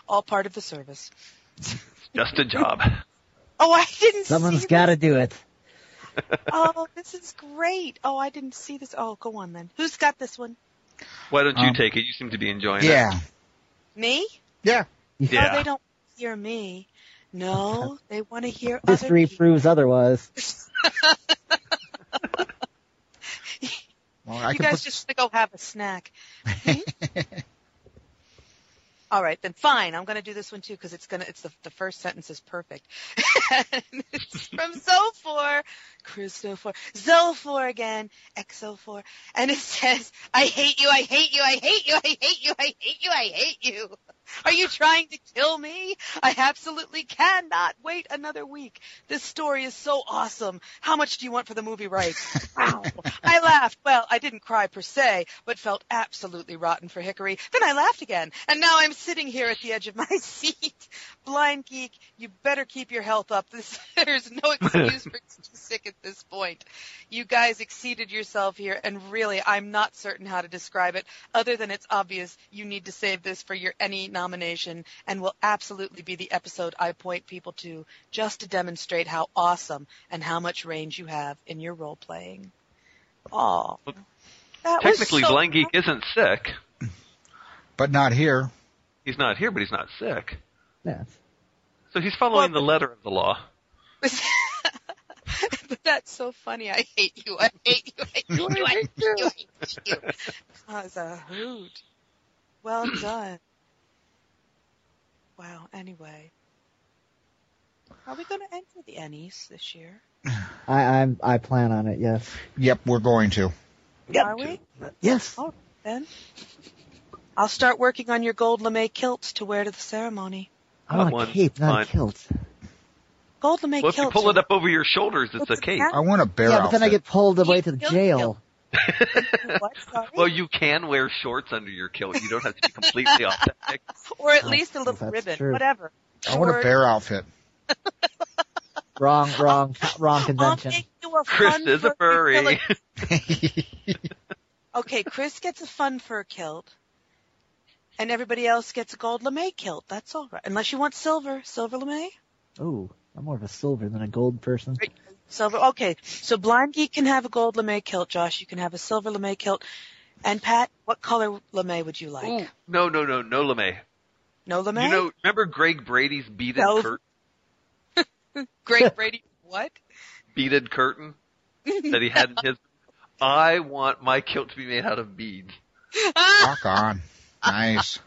Speaker 3: All part of the service.
Speaker 2: Just a job.
Speaker 3: Oh, I didn't
Speaker 4: Someone's
Speaker 3: see
Speaker 4: got to do it.
Speaker 3: this. Oh, this is great. Oh, I didn't see this. Oh, go on then. Who's got this one?
Speaker 2: Why don't you
Speaker 5: Um,
Speaker 2: take it? You seem to be enjoying it.
Speaker 5: Yeah.
Speaker 3: Me?
Speaker 5: Yeah.
Speaker 3: No, they
Speaker 2: Yeah.
Speaker 3: don't hear me. No, they want to hear
Speaker 4: History
Speaker 3: other people.
Speaker 4: proves otherwise.
Speaker 5: Well, I
Speaker 3: you
Speaker 5: can
Speaker 3: guys
Speaker 5: put-
Speaker 3: just go have a snack. Hmm? All right, then fine. I'm going to do this one too because it's going to. It's the, the first sentence is perfect. And it's from Zophor, Christopher, Zophor again, Exophor, and it says, "I hate you. I hate you. I hate you. I hate you. I hate you. I hate you. Are you trying to kill me? I absolutely cannot wait another week. This story is so awesome. How much do you want for the movie rights? Wow. I laughed. Well, I didn't cry per se, but felt absolutely rotten for Hickory. Then I laughed again. And now I'm sitting here at the edge of my seat. Blind geek, you better keep your health up. This, there's no excuse for getting sick at this point. You guys exceeded yourself here, and really, I'm not certain how to describe it, other than it's obvious you need to save this for your any nomination, and will absolutely be the episode I point people to just to demonstrate how awesome and how much range you have in your role playing. Aw. That was
Speaker 2: Technically,
Speaker 3: so
Speaker 2: Blind Geek isn't sick.
Speaker 5: but not here.
Speaker 2: He's not here, but he's not sick.
Speaker 4: Yes.
Speaker 2: So he's following
Speaker 3: Well-
Speaker 2: the letter of the law.
Speaker 3: but that's so funny. I hate you. I hate you. I hate you. I hate you. I hate you. That was a hoot. Well done. Wow. Anyway, are we going to enter the Ennies this year?
Speaker 4: I, I'm, I plan on it, yes.
Speaker 5: Yep, we're going to.
Speaker 3: Are we?
Speaker 4: Yes.
Speaker 3: Oh, then. I'll start working on your gold lame kilts to wear to the ceremony.
Speaker 4: I
Speaker 2: That
Speaker 4: want
Speaker 2: one's
Speaker 4: a Oh, cape, not
Speaker 2: fine.
Speaker 4: a kilt.
Speaker 3: Gold lame
Speaker 2: Well, if
Speaker 3: kilts.
Speaker 2: you pull it up over your shoulders, it's a
Speaker 3: What's
Speaker 2: cape.
Speaker 3: that?
Speaker 5: I want a bear
Speaker 4: yeah, but then I
Speaker 5: outfit.
Speaker 4: get pulled away to the
Speaker 3: Kilt,
Speaker 4: jail.
Speaker 3: What? Sorry?
Speaker 2: Well, you can wear shorts under your kilt. You don't have to be completely authentic.
Speaker 3: or at least a little
Speaker 4: That's
Speaker 3: ribbon,
Speaker 4: true.
Speaker 3: whatever.
Speaker 5: I want a
Speaker 3: Short.
Speaker 5: bear outfit.
Speaker 3: Oh,
Speaker 4: Wrong, wrong, wrong
Speaker 3: I'll
Speaker 4: convention.
Speaker 3: make you a
Speaker 2: Chris
Speaker 3: fun
Speaker 2: is a
Speaker 3: furry
Speaker 2: furry.
Speaker 3: kilt. Okay, Chris gets a fun fur kilt, and everybody else gets a gold lame kilt. That's all right, unless you want silver, silver lame,
Speaker 4: Ooh, I'm more of a silver than a gold person.
Speaker 3: silver. Okay, so blind geek can have a gold lame kilt. Josh, you can have a silver lame kilt. And Pat, what color lame would you like?
Speaker 2: Ooh, no, no, no, no lame.
Speaker 3: No lame.
Speaker 2: You know, remember Greg Brady's beaded
Speaker 3: No.
Speaker 2: curtain?
Speaker 3: Great Brady. What?
Speaker 2: Beaded curtain that he had in his. I want my kilt to be made out of beads.
Speaker 5: Rock on. Nice.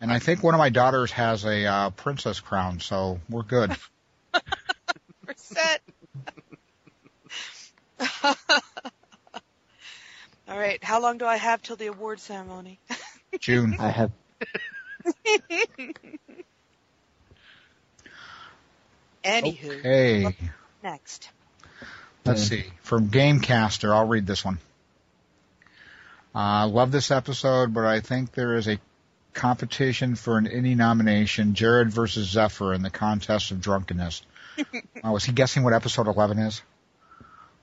Speaker 5: And I think one of my daughters has a uh, princess crown, so we're good.
Speaker 3: percent. All right. How long do I have till the award ceremony?
Speaker 5: June.
Speaker 4: I have,
Speaker 3: Anywho,
Speaker 5: Hey,
Speaker 3: next.
Speaker 5: let's
Speaker 4: Yeah.
Speaker 5: see. From Gamecaster, I'll read this one. Uh, love this episode, but I think there is a competition for an any nomination: Jared versus Zephyr in the contest of drunkenness. Uh, was he guessing what episode 11 is?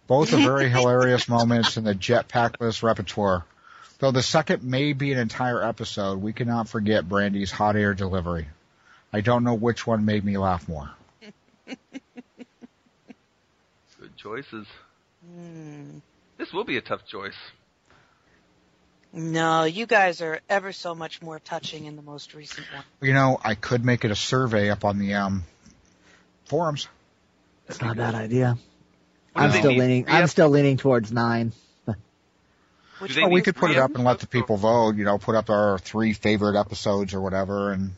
Speaker 5: Both are very hilarious moments in the jetpackless repertoire. Though the second may be an entire episode, we cannot forget Brandy's hot air delivery. I don't know which one made me laugh more.
Speaker 2: Good choices.
Speaker 3: Hmm.
Speaker 2: This will be a tough choice.
Speaker 3: No, you guys are ever so much more touching in the most recent one.
Speaker 5: You know, I could make it a survey up on the um, forums.
Speaker 4: it's not a bad idea.
Speaker 2: What do
Speaker 4: I'm
Speaker 2: they
Speaker 4: still
Speaker 2: need?
Speaker 4: leaning,
Speaker 2: Three
Speaker 4: I'm
Speaker 2: ep-
Speaker 4: still leaning towards nine.
Speaker 2: Do
Speaker 3: Which
Speaker 2: they
Speaker 5: Or
Speaker 3: one
Speaker 5: we
Speaker 2: need
Speaker 5: could put
Speaker 2: three
Speaker 5: it up and let
Speaker 2: episodes
Speaker 5: the people vote. You know, put up our three favorite episodes or whatever, and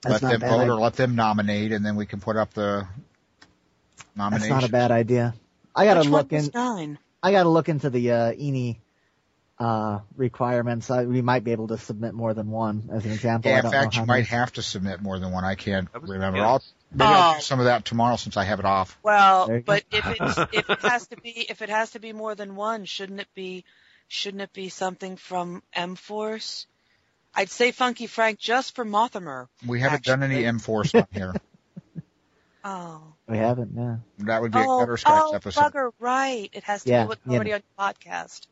Speaker 4: That's
Speaker 5: let
Speaker 4: not a
Speaker 5: them
Speaker 4: bad
Speaker 5: vote
Speaker 4: idea.
Speaker 5: or let them nominate, and then we can put up the
Speaker 4: That's
Speaker 5: nomination.
Speaker 4: not a bad idea. I gotta
Speaker 3: which one
Speaker 4: look in,
Speaker 3: was nine?
Speaker 4: I gotta look into the, uh, ENI, uh, requirements. I, we might be able to submit more than one as an example. I
Speaker 5: Yeah, in
Speaker 4: don't
Speaker 5: fact,
Speaker 4: know
Speaker 5: you
Speaker 4: how
Speaker 5: might
Speaker 4: many.
Speaker 5: have to submit more than one. I can't
Speaker 2: I was
Speaker 5: remember.
Speaker 2: confused.
Speaker 5: I'll, maybe I'll
Speaker 3: Oh.
Speaker 5: do some of that tomorrow since I have it off.
Speaker 4: There
Speaker 3: Well,
Speaker 4: you go.
Speaker 3: but if it's if it has to be if it has to be more than one, shouldn't it be shouldn't it be something from M Force? I'd say Funky Frank just for Mothermer.
Speaker 5: We haven't done any
Speaker 3: Actually-
Speaker 5: M Force on here.
Speaker 3: Oh.
Speaker 4: We haven't, yeah.
Speaker 5: That would be a
Speaker 3: oh,
Speaker 5: gutter scratch
Speaker 3: oh,
Speaker 5: episode.
Speaker 3: bugger, right. It has to
Speaker 4: Yeah,
Speaker 3: be what's
Speaker 4: yeah.
Speaker 3: already on your podcast.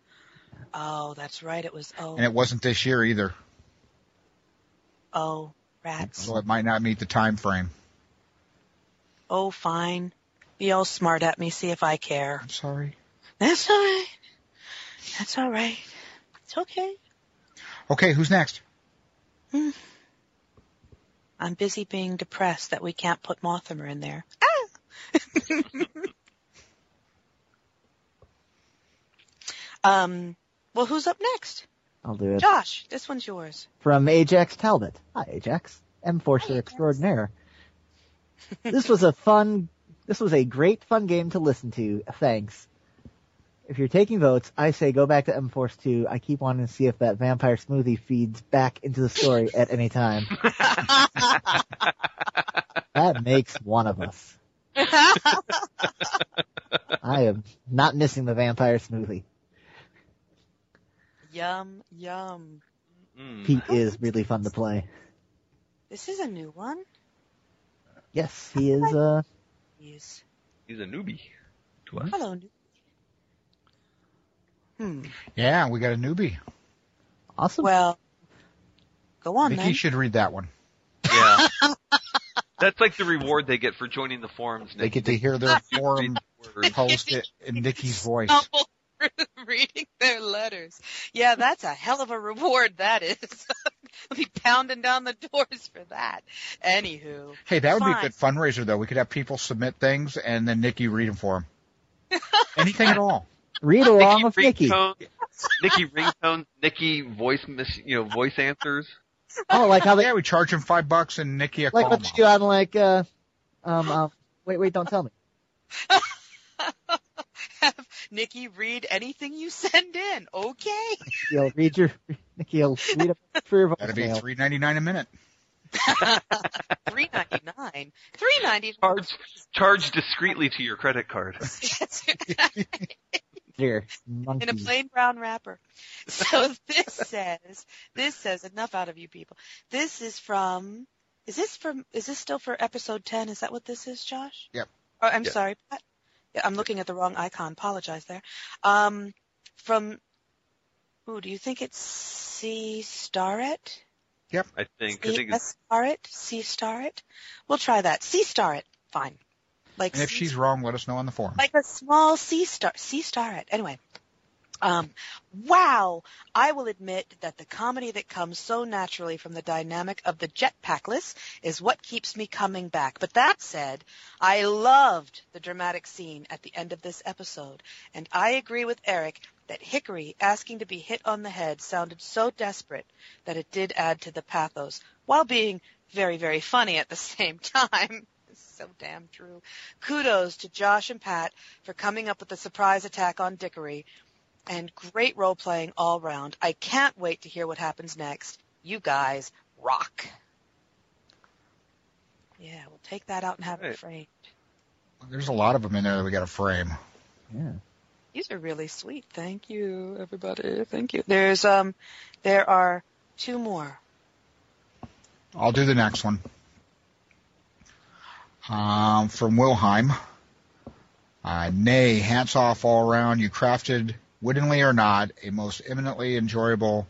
Speaker 3: Oh, that's right. It was oh,
Speaker 5: And it wasn't this year either,
Speaker 3: oh, rats.
Speaker 5: so it might not meet the time frame.
Speaker 3: Oh, fine. Be all smart at me. See if I care.
Speaker 5: I'm sorry.
Speaker 3: That's all right. That's all right. It's okay.
Speaker 5: Okay, who's next?
Speaker 3: I'm busy being depressed that we can't put Mothammer in there. Ah! um, well, who's up next?
Speaker 4: I'll do it.
Speaker 3: Josh, this one's yours.
Speaker 4: From Ajax Talbot. Hi, Ajax. M Forcer Extraordinaire. this was a fun, this was a great fun game to listen to. Thanks. If you're taking votes, I say go back to M Force 2. I keep wanting to see if that vampire smoothie feeds back into the story at any time. that makes one of us. I am not missing the vampire smoothie.
Speaker 3: Yum, yum.
Speaker 2: Mm.
Speaker 4: Pete is really fun to play.
Speaker 3: This is a new one.
Speaker 4: Yes, he is, uh,
Speaker 3: Yes.
Speaker 2: He's a newbie to us.
Speaker 3: Hello. new- Hmm.
Speaker 5: Yeah, we got a newbie.
Speaker 4: awesome.
Speaker 3: Well, go
Speaker 5: I
Speaker 3: on
Speaker 5: think
Speaker 3: then.
Speaker 5: you should read that one.
Speaker 2: Yeah. That's like the reward they get for joining the forums.
Speaker 5: They
Speaker 2: Nick.
Speaker 5: get to hear their
Speaker 2: read
Speaker 5: forum
Speaker 2: the word.
Speaker 5: post it in Nikki's voice.
Speaker 7: Stumble through reading their letters.
Speaker 3: Yeah, that's a hell of a reward. That is.
Speaker 7: I'll be pounding down the doors for that.
Speaker 3: Anywho,
Speaker 5: Hey, that would be
Speaker 3: Fine.
Speaker 5: a good fundraiser though. We could have people submit things and then Nikki read them for them. Anything at all.
Speaker 4: Read along with Nikki.
Speaker 2: ringtones, Nikki ringtones, Nikki voice, mis- you know, voice answers.
Speaker 4: Oh, like how they,
Speaker 5: yeah, we charge him five bucks and Nikki a
Speaker 4: like
Speaker 5: call.
Speaker 4: what they do on like, uh, um, um, wait, wait, don't tell me.
Speaker 3: have Nikki read anything you send in. Okay.
Speaker 4: You'll read your, Nikki'll read up for your
Speaker 5: That'd be
Speaker 4: voicemail.
Speaker 5: three ninety nine a minute.
Speaker 3: Three ninety nine. Three ninety nine.
Speaker 2: Charge, charge discreetly to your credit card.
Speaker 4: Dear
Speaker 3: in a
Speaker 2: Mm-hmm.
Speaker 4: monkey.
Speaker 3: plain brown wrapper. So this says, this says enough out of you people. This is from, is this from, is this still for episode 10? Is that what this is, Josh?
Speaker 5: Yep.
Speaker 3: Oh, I'm
Speaker 2: Yes.
Speaker 3: sorry, Pat. Yeah, I'm looking at the wrong icon. Apologize there. Um, from, ooh, do you think it's C Starrett?
Speaker 2: I think. I
Speaker 3: C
Speaker 2: think it's
Speaker 3: Starrett? C Starrett? We'll try that. C Starrett. Fine. Like
Speaker 5: And if
Speaker 3: C
Speaker 5: she's wrong, let us know on the forum.
Speaker 3: Oh, like a small sea star, sea starret. Anyway, um, wow! I will admit that the comedy that comes so naturally from the dynamic of the jetpackless is what keeps me coming back. But that said, I loved the dramatic scene at the end of this episode, and I agree with Eric that Hickory asking to be hit on the head sounded so desperate that it did add to the pathos, while being very, very funny at the same time. so damn true. Kudos to Josh and Pat for coming up with a surprise attack on Dickory and great role playing all round. I can't wait to hear what happens next. You guys rock. Yeah, we'll take that out and have it
Speaker 2: Right.
Speaker 3: framed.
Speaker 5: There's a lot of them in there that we got to frame.
Speaker 4: Yeah.
Speaker 3: These are really sweet. Thank you, everybody. Thank you. There's um, there are two more.
Speaker 5: I'll do the next one. Um, from Wilhelm. Uh, nay, hats off all around. You crafted, wittingly or not, a most eminently enjoyable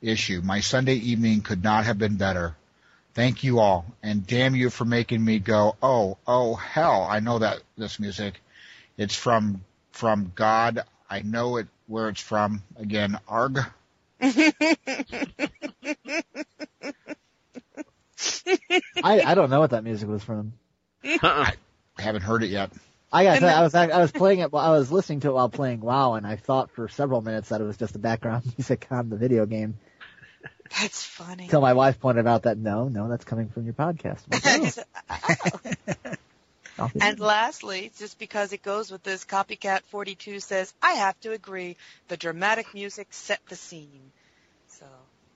Speaker 5: issue. My Sunday evening could not have been better. Thank you all, and damn you for making me go, oh, oh, hell, I know that this music. It's from from God. I know it where it's from. Again, arg.
Speaker 4: I, I don't know what that music was from.
Speaker 2: uh-uh.
Speaker 5: I haven't heard it yet.
Speaker 4: I got
Speaker 3: And
Speaker 4: to,
Speaker 3: then-
Speaker 4: I was I was playing it while I was listening to it while playing WoW, and I thought for several minutes that it was just the background music on the video game.
Speaker 3: That's funny.
Speaker 4: Until my wife pointed out that no, no, that's coming from your podcast. I'm like, "Oh, I'll be
Speaker 3: And lastly, just because it goes with this, Copycat 42 says, I have to agree, the dramatic music set the scene. So,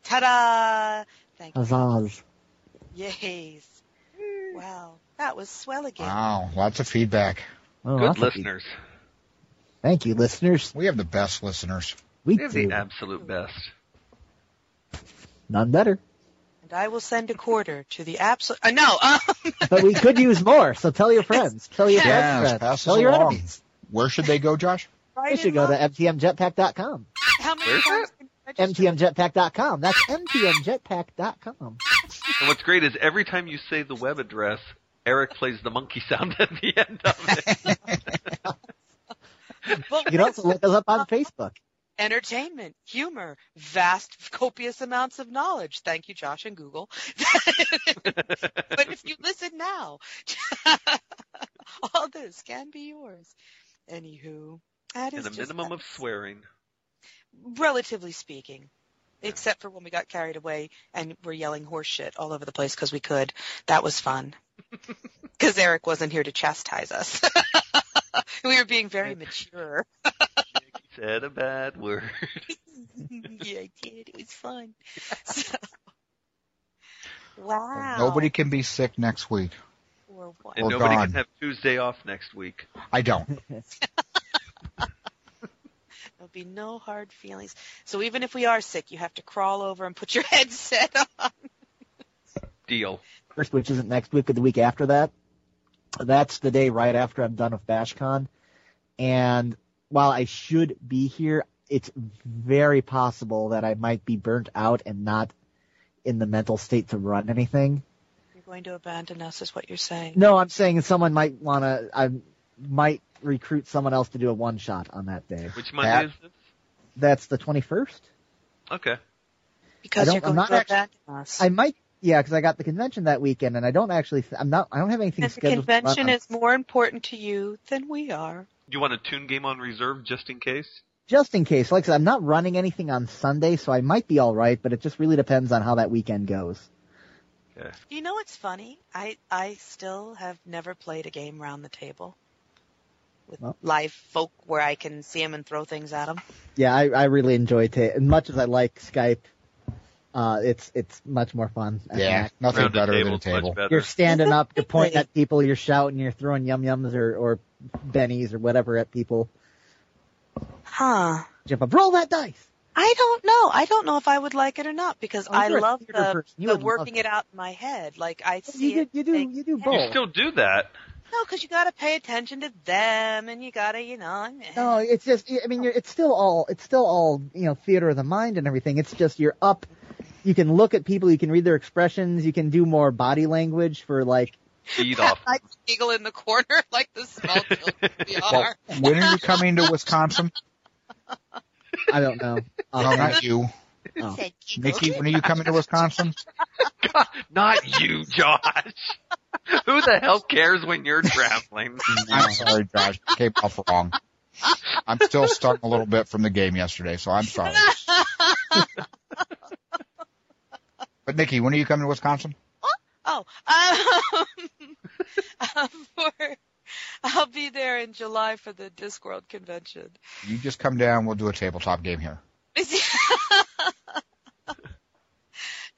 Speaker 3: ta-da! Thank
Speaker 4: "Oh,
Speaker 3: you.
Speaker 4: huzzahs."
Speaker 3: Yays. Wow, that was swell again.
Speaker 5: Wow, lots of feedback.
Speaker 4: Oh,
Speaker 2: Good
Speaker 4: awesome.
Speaker 2: listeners.
Speaker 4: Thank you, listeners.
Speaker 5: We have the best listeners.
Speaker 4: We
Speaker 2: They have the
Speaker 4: do
Speaker 2: absolute best.
Speaker 4: none better,
Speaker 3: And I will send a quarter to the absolute, uh, no, uh,
Speaker 4: but we could use more. So tell your friends, tell your
Speaker 5: Yes,
Speaker 4: friends,
Speaker 5: pass us
Speaker 4: tell your
Speaker 5: along.
Speaker 4: enemies.
Speaker 5: Where should they go, Josh?
Speaker 3: right
Speaker 4: They
Speaker 3: in
Speaker 4: should go to
Speaker 3: line.
Speaker 4: mtmjetpack.com.
Speaker 3: How many
Speaker 2: Where's
Speaker 3: times can you register?
Speaker 4: mtmjetpack.com. That's mtmjetpack.com.
Speaker 2: And what's great is every time you say the web address, Eric plays the monkey sound at the end of it.
Speaker 3: But
Speaker 4: You can also look us up on Facebook.
Speaker 3: entertainment, humor, vast, copious amounts of knowledge. Thank you, Josh and Google. but if you listen now, all this can be yours. Anywho, that is
Speaker 2: and a
Speaker 3: just
Speaker 2: minimum of swearing.
Speaker 3: relatively speaking. Except for when we got carried away and were yelling horse shit all over the place because we could. That was fun. Because Eric wasn't here to chastise us. we were being very mature.
Speaker 2: He said a bad word.
Speaker 3: yeah, I did. It was fun. So, wow.
Speaker 5: Nobody can be sick next week.
Speaker 3: Or what?
Speaker 2: And
Speaker 5: Or
Speaker 2: nobody
Speaker 5: gone.
Speaker 2: can have Tuesday off next week.
Speaker 5: I don't.
Speaker 3: There'll be no hard feelings. So even if we are sick, you have to crawl over and put your headset on.
Speaker 2: Deal.
Speaker 4: first, which isn't next week, but the week after that. That's the day right after I'm done with BashCon. And while I should be here, it's very possible that I might be burnt out and not in the mental state to run anything.
Speaker 3: You're going to abandon us, is what you're saying.
Speaker 4: No, I'm saying someone might want to, I might recruit someone else to do a one shot on that day.
Speaker 2: Which Monday is this?
Speaker 4: That's the 21st?
Speaker 2: Okay.
Speaker 3: Because
Speaker 4: I
Speaker 3: you're
Speaker 4: don't-
Speaker 3: going
Speaker 4: I'm not
Speaker 3: to
Speaker 4: actually-
Speaker 3: abandon us.
Speaker 4: I might, yeah, because I got the convention that weekend and I don't actually, I'm not, I don't have anything
Speaker 3: and the
Speaker 4: scheduled. to run
Speaker 3: convention
Speaker 4: on-
Speaker 3: is more important to you than we are.
Speaker 2: You want a tune game on reserve just in case?
Speaker 4: just in case, like I said, I'm not running anything on Sunday, so I might be all right, but it just really depends on how that weekend goes.
Speaker 2: Okay.
Speaker 3: You know what's funny? I I still have never played a game round the table with
Speaker 4: Well.
Speaker 3: live folk where I can see them and throw things at them.
Speaker 4: Yeah, I, I really enjoy ta As much as I like Skype, uh, it's it's much more fun. I
Speaker 5: Yeah,
Speaker 4: think.
Speaker 5: nothing
Speaker 2: Round
Speaker 5: better than a
Speaker 2: table's
Speaker 5: table.
Speaker 2: Much better.
Speaker 4: You're standing up, you're pointing
Speaker 3: Really?
Speaker 4: at people, you're shouting, you're throwing yum yums or, or bennies or whatever at people.
Speaker 3: Huh.
Speaker 4: Jump up, roll that dice.
Speaker 3: I don't know. I don't know if I would like it or not because
Speaker 4: Oh,
Speaker 3: I
Speaker 4: you're a
Speaker 3: love
Speaker 4: theater
Speaker 3: the,
Speaker 4: person. You
Speaker 3: the
Speaker 4: would love
Speaker 3: working it out in my head. Like I see
Speaker 4: You do,
Speaker 3: it.
Speaker 4: you do,
Speaker 3: big-
Speaker 4: you do
Speaker 2: You
Speaker 4: both.
Speaker 2: still do that.
Speaker 3: No, because you got to pay attention to them, and you got to, you know. eh. I mean-
Speaker 4: No, it's just, I mean, you're, it's still all, it's still all, you know, theater of the mind and everything. It's just you're up, you can look at people, you can read their expressions, you can do more body language for like,
Speaker 2: Eat off.
Speaker 7: I giggle in the corner like the small children we
Speaker 5: Well,
Speaker 7: are.
Speaker 5: when are you coming to Wisconsin?
Speaker 4: I don't know.
Speaker 5: No,
Speaker 4: Uh,
Speaker 5: not you.
Speaker 4: oh.
Speaker 7: Said giggle.
Speaker 5: Nikki, when are you coming to Wisconsin?
Speaker 2: Not you, Josh. Who the hell cares when you're traveling?
Speaker 5: I'm sorry, Josh. Came off wrong. I'm still stuck a little bit from the game yesterday, so I'm sorry. But Nikki, when are you coming to Wisconsin?
Speaker 3: Oh, um, uh, for I'll be there in July for the Discworld convention.
Speaker 5: You just come down. We'll do a tabletop game here.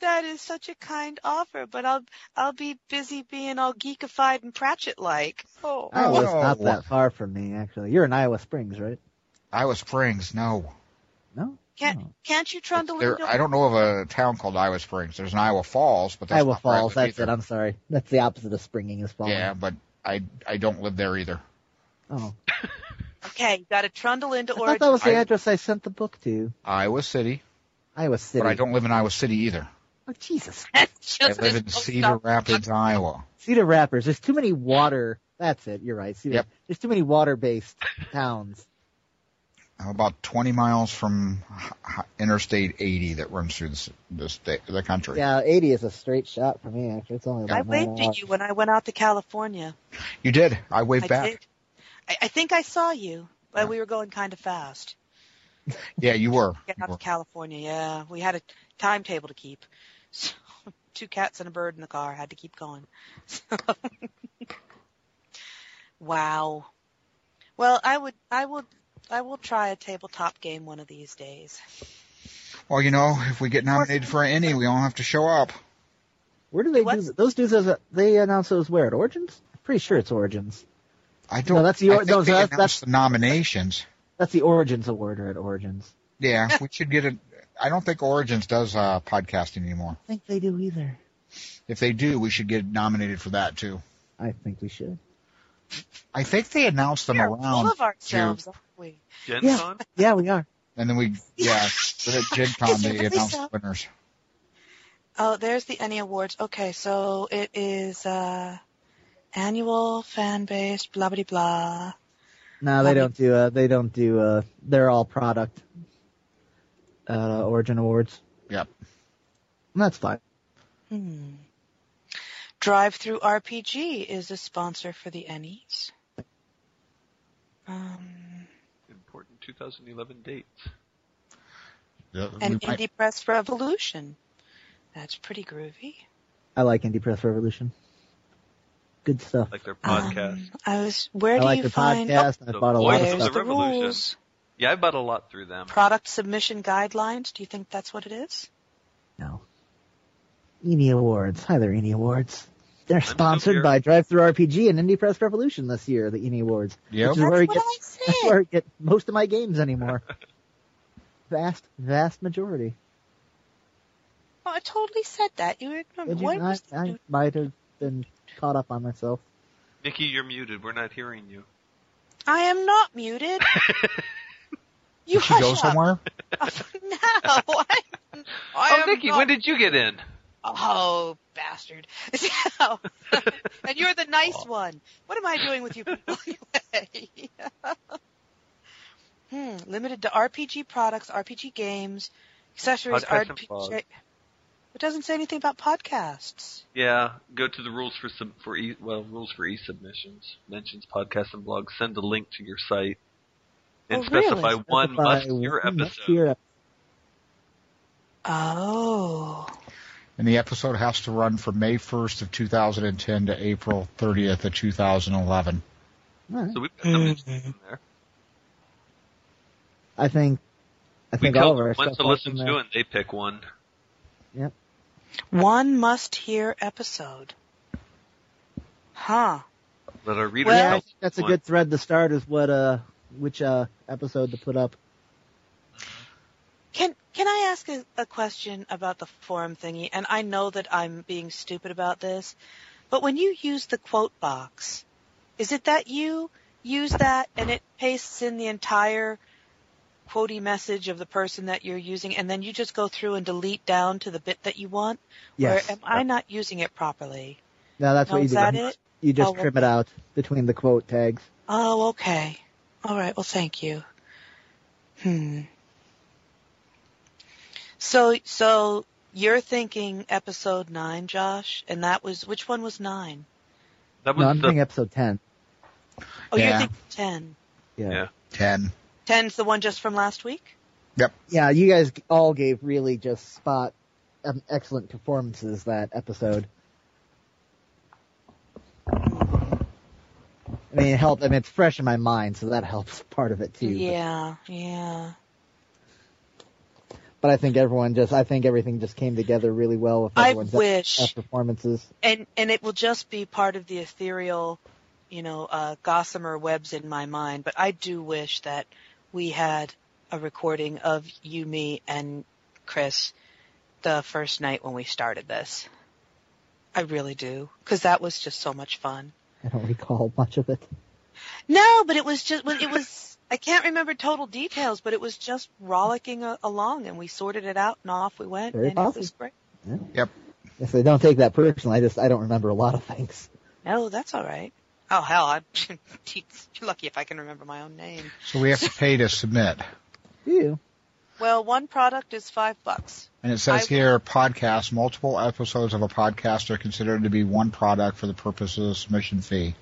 Speaker 3: that is such a kind offer, but I'll I'll be busy being all geekified and Pratchett like. Oh,
Speaker 4: Iowa's not
Speaker 5: Oh.
Speaker 4: that far from me, actually. You're in Iowa Springs, right?
Speaker 5: Iowa Springs? No,
Speaker 4: No?
Speaker 3: can't
Speaker 4: no.
Speaker 3: can't you trundle
Speaker 5: there.
Speaker 3: into
Speaker 5: I don't know of a town called Iowa Springs. There's an Iowa Falls, but that's
Speaker 4: Iowa
Speaker 5: not where I
Speaker 4: Falls,
Speaker 5: live
Speaker 4: that's
Speaker 5: either.
Speaker 4: it, I'm sorry. That's the opposite of springing is falling.
Speaker 5: Yeah, but I I don't live there either.
Speaker 4: Oh.
Speaker 3: Okay, you got to trundle into
Speaker 4: I thought
Speaker 3: Oregon.
Speaker 4: that was the
Speaker 5: I-
Speaker 4: address I sent the book to.
Speaker 5: Iowa City,
Speaker 4: Iowa City.
Speaker 5: but I don't live in Iowa City either.
Speaker 4: Oh, Jesus.
Speaker 5: I
Speaker 7: Just
Speaker 5: live in
Speaker 7: as post
Speaker 5: Cedar
Speaker 7: op-
Speaker 5: Rapids, Iowa.
Speaker 4: Cedar Rapids. There's too many water. That's it. You're right. Cedar.
Speaker 5: Yep.
Speaker 4: There's too many water-based towns.
Speaker 5: I'm about 20 miles from h- h- Interstate 80 that runs through the, s- the state, the country.
Speaker 4: Yeah, 80 is a straight shot for me. Actually, it's only about
Speaker 3: I
Speaker 4: a mile
Speaker 3: waved at
Speaker 4: out.
Speaker 3: you when I went out to California.
Speaker 5: You did. I waved
Speaker 3: I
Speaker 5: back.
Speaker 3: did. I, I think I saw you, but we were going kind of fast.
Speaker 5: Yeah, you were.
Speaker 3: Get
Speaker 5: You
Speaker 3: out
Speaker 5: were.
Speaker 3: to California, yeah. We had a timetable to keep. So, two cats and a bird in the car. Had to keep going. So, wow. Well, I would, I would, I will try a tabletop game one of these days.
Speaker 5: Well, you know, if we get nominated for any, we all have to show up.
Speaker 4: Where do they
Speaker 3: What?
Speaker 4: do th- those? Do those? They announce those where at Origins? I'm pretty sure it's Origins.
Speaker 5: I don't.
Speaker 4: No, that's your-
Speaker 5: I think
Speaker 4: no,
Speaker 5: they
Speaker 4: that's-
Speaker 5: announced the nominations.
Speaker 4: That's the Origins Award or at Origins.
Speaker 5: Yeah, we should get it. I don't think Origins does uh, podcasting anymore.
Speaker 4: I think they do either.
Speaker 5: If they do, we should get nominated for that too.
Speaker 4: I think we should.
Speaker 5: I think they announced them
Speaker 3: We're full
Speaker 5: around,
Speaker 3: of ourselves, aren't we?
Speaker 2: Gen
Speaker 4: Yeah.
Speaker 2: Con?
Speaker 4: Yeah, we are.
Speaker 5: and then we yeah, but at Gen Con
Speaker 3: Is it
Speaker 5: they
Speaker 3: really
Speaker 5: announced
Speaker 3: so?
Speaker 5: winners.
Speaker 3: Oh, there's the Any Awards. Okay, so it is uh annual fan based blah blah blah.
Speaker 4: No, they
Speaker 3: Um,
Speaker 4: don't do. Uh, they don't do. Uh, they're all product. uh, Origin Awards.
Speaker 5: Yep.
Speaker 4: And that's fine. Mm-hmm.
Speaker 3: Hmm. Drive Through RPG is a sponsor for the Ennies. Um,
Speaker 2: Important 2011 dates.
Speaker 5: Yeah,
Speaker 3: and
Speaker 5: we might-
Speaker 3: Indie Press Revolution. That's pretty groovy.
Speaker 4: I like Indie Press Revolution. Good stuff.
Speaker 2: Like their
Speaker 3: Um,
Speaker 2: podcast.
Speaker 3: I was. Where
Speaker 4: I
Speaker 3: do
Speaker 4: like
Speaker 3: you
Speaker 4: the
Speaker 3: find? oh,
Speaker 4: podcast.
Speaker 2: the
Speaker 4: I bought a lot
Speaker 2: voice
Speaker 3: There's
Speaker 4: of
Speaker 2: There's
Speaker 4: stuff.
Speaker 2: the
Speaker 3: the
Speaker 2: revolution.
Speaker 3: rules.
Speaker 2: yeah, I bought a lot through them.
Speaker 3: Product submission guidelines. Do you think that's what it is?
Speaker 4: No. Eni Awards. Hi there, Eni Awards. They're
Speaker 2: still
Speaker 4: sponsored
Speaker 2: here.
Speaker 4: by Drive Through RPG and Indie Press Revolution this year, the Eni Awards.
Speaker 5: Yep.
Speaker 4: Which is where I
Speaker 3: That's what
Speaker 4: get,
Speaker 3: I
Speaker 4: that's
Speaker 3: said.
Speaker 4: where I get most of my games anymore. vast, vast majority.
Speaker 3: Oh, I totally said that. You ignore
Speaker 4: Would
Speaker 3: me.
Speaker 4: you-
Speaker 3: What
Speaker 4: I,
Speaker 3: was
Speaker 4: I might have been caught up on myself.
Speaker 2: Nikki, you're muted. We're not hearing you.
Speaker 3: I am not muted. you
Speaker 5: Did she go
Speaker 3: hush up.
Speaker 5: somewhere?
Speaker 3: no, I, I
Speaker 2: oh,
Speaker 3: am
Speaker 2: Nikki,
Speaker 3: not-
Speaker 2: when did you get in?
Speaker 3: Oh, bastard. So- and you're the nice one. What am I doing with you people anyway? hmm, limited to RPG products, RPG games, accessories,
Speaker 2: Podcasts and
Speaker 3: RPG.
Speaker 2: blogs.
Speaker 3: It doesn't say anything about podcasts.
Speaker 2: Yeah, go to the rules for sub for e well rules for e-submissions, mentions podcasts and blogs. Send a link to your site and
Speaker 3: Oh, really?
Speaker 2: specify one
Speaker 4: Specify
Speaker 2: must hear
Speaker 4: one must
Speaker 2: episode.
Speaker 4: hear
Speaker 3: Oh.
Speaker 5: And the episode has to run from May 1st of 2010 to April 30th of 2011.
Speaker 4: Alright.
Speaker 2: So we've got
Speaker 4: Hmm.
Speaker 2: some in there.
Speaker 4: I think, I
Speaker 2: We
Speaker 4: think all
Speaker 2: tell
Speaker 4: of our
Speaker 2: them
Speaker 4: stuff
Speaker 2: one to
Speaker 4: falls
Speaker 2: listen
Speaker 4: in
Speaker 2: to,
Speaker 4: there.
Speaker 2: and they pick one.
Speaker 3: One must hear episode. Huh.
Speaker 2: Let our readers.
Speaker 3: Well-
Speaker 4: Yeah, I
Speaker 2: help
Speaker 4: think that's a
Speaker 2: one.
Speaker 4: good thread to start is what, uh, which, uh, episode to put up.
Speaker 3: Can can I ask a, a question about the forum thingy? And I know that I'm being stupid about this, but when you use the quote box, is it that you use that and it pastes in the entire quotey message of the person that you're using, and then you just go through and delete down to the bit that you want?
Speaker 4: Yes.
Speaker 3: Or am I not using it properly?
Speaker 4: No, that's
Speaker 3: Oh,
Speaker 4: what you
Speaker 3: is
Speaker 4: do.
Speaker 3: that
Speaker 4: You-
Speaker 3: it?
Speaker 4: You just
Speaker 3: Oh,
Speaker 4: trim it
Speaker 3: okay.
Speaker 4: out between the quote tags.
Speaker 3: Oh, okay. All right. Well, thank you. Hmm. So, so you're thinking episode nine, Josh, and that was which one was nine?
Speaker 2: That was
Speaker 4: No, I'm
Speaker 2: the
Speaker 4: thinking episode 10.
Speaker 3: Oh, you're
Speaker 5: Yeah.
Speaker 3: thinking ten.
Speaker 4: Yeah.
Speaker 2: Yeah.
Speaker 4: yeah.
Speaker 5: 10.
Speaker 3: Ten's the one just from last week.
Speaker 4: you guys all gave really just spot um, excellent performances that episode. I mean, it helped. I mean, it's fresh in my mind, so that helps part of it too. but-
Speaker 3: Yeah, yeah.
Speaker 4: But I think everyone just, I think everything just came together really well with
Speaker 3: I
Speaker 4: everyone's
Speaker 3: wish.
Speaker 4: best performances.
Speaker 3: and and it will just be part of the ethereal, you know, uh, gossamer webs in my mind. But I do wish that we had a recording of you, me, and Chris the first night when we started this. I really do, because that was just so much fun.
Speaker 4: I don't recall much of it.
Speaker 3: No, but it was just well, it was. I can't remember total details, but it was just rollicking a- along, and we sorted it out, and off we went,
Speaker 4: Very
Speaker 3: and it was
Speaker 4: possible.
Speaker 3: great.
Speaker 4: Yes, I don't take that personally. I just, I don't remember a lot of things.
Speaker 3: No, that's all right. Oh hell, I'm you're lucky if I can remember my own name.
Speaker 5: So we have to pay to submit.
Speaker 4: You.
Speaker 3: Well, one product is five bucks.
Speaker 5: And it
Speaker 3: I-
Speaker 5: says here, podcast, multiple episodes of a podcast are considered to be one product for the purpose of the submission fee.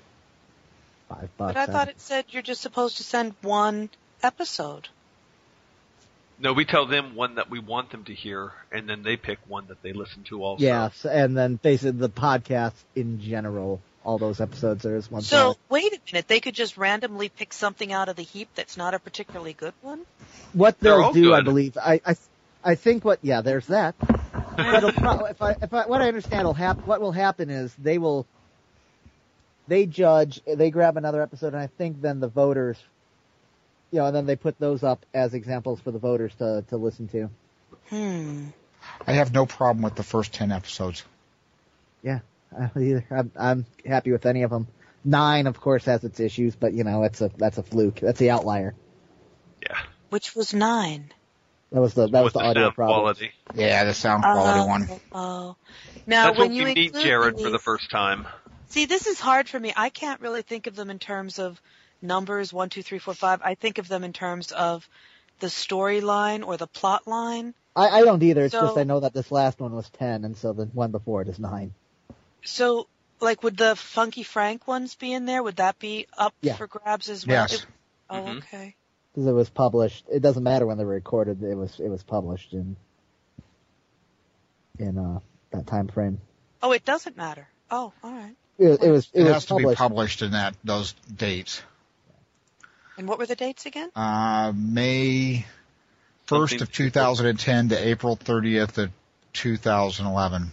Speaker 4: Five bucks.
Speaker 3: But I thought it said you're just supposed to send one episode.
Speaker 2: no. We tell them one that we want them to hear, and then they pick one that they listen to. Also,
Speaker 4: Yes, and then basically the podcast in general, all those episodes. There's one.
Speaker 3: So wait a minute, they could just randomly pick something out of the heap that's not a particularly good one.
Speaker 4: what
Speaker 2: They're
Speaker 4: they'll
Speaker 2: all
Speaker 4: do, I
Speaker 2: good.
Speaker 4: believe, I, I, I think what, yeah, there's that. But it'll pro- if I, if I, what I understand will happen, what will happen is they will, they judge, they grab another episode, and I think then the voters, you know, and then they put those up as examples for the voters to, to listen to.
Speaker 3: Hmm.
Speaker 5: I have no problem with the first 10 episodes.
Speaker 4: I don't either. I'm, I'm happy with any of them. Nine, of course, has its issues, but you know, that's a, that's a fluke. That's the outlier.
Speaker 2: yeah.
Speaker 3: Which was nine.
Speaker 4: That was the, that was
Speaker 2: With
Speaker 4: the, audio
Speaker 2: sound
Speaker 4: problem.
Speaker 2: quality.
Speaker 5: Yeah, the sound quality
Speaker 3: Oh,
Speaker 5: one.
Speaker 3: Oh. Now
Speaker 2: That's
Speaker 3: when
Speaker 2: when
Speaker 3: you
Speaker 2: we meet
Speaker 3: include
Speaker 2: Jared for the
Speaker 3: these-
Speaker 2: first time.
Speaker 3: See, this is hard for me. I can't really think of them in terms of numbers one, two, three, four, five. I think of them in terms of the storyline or the plot line.
Speaker 4: I, I don't either. It's
Speaker 3: So-
Speaker 4: just I know that this last one was ten, and so the one before it is nine.
Speaker 3: So, like, would the Funky Frank ones be in there? Would that be up
Speaker 4: Yeah.
Speaker 3: for grabs as well?
Speaker 5: Yes.
Speaker 3: It- oh,
Speaker 2: Mhm.
Speaker 3: okay.
Speaker 4: Because it was published. It doesn't matter when they were recorded. It was it was published in in uh, that time frame.
Speaker 3: Oh, it doesn't matter. Oh, all right.
Speaker 4: It, it was it,
Speaker 5: It,
Speaker 4: was
Speaker 5: has to be
Speaker 4: published.
Speaker 5: published in that those dates.
Speaker 3: And what were the dates again?
Speaker 5: Uh, May first
Speaker 2: Something-
Speaker 5: of 2010 to April 30th of 2011.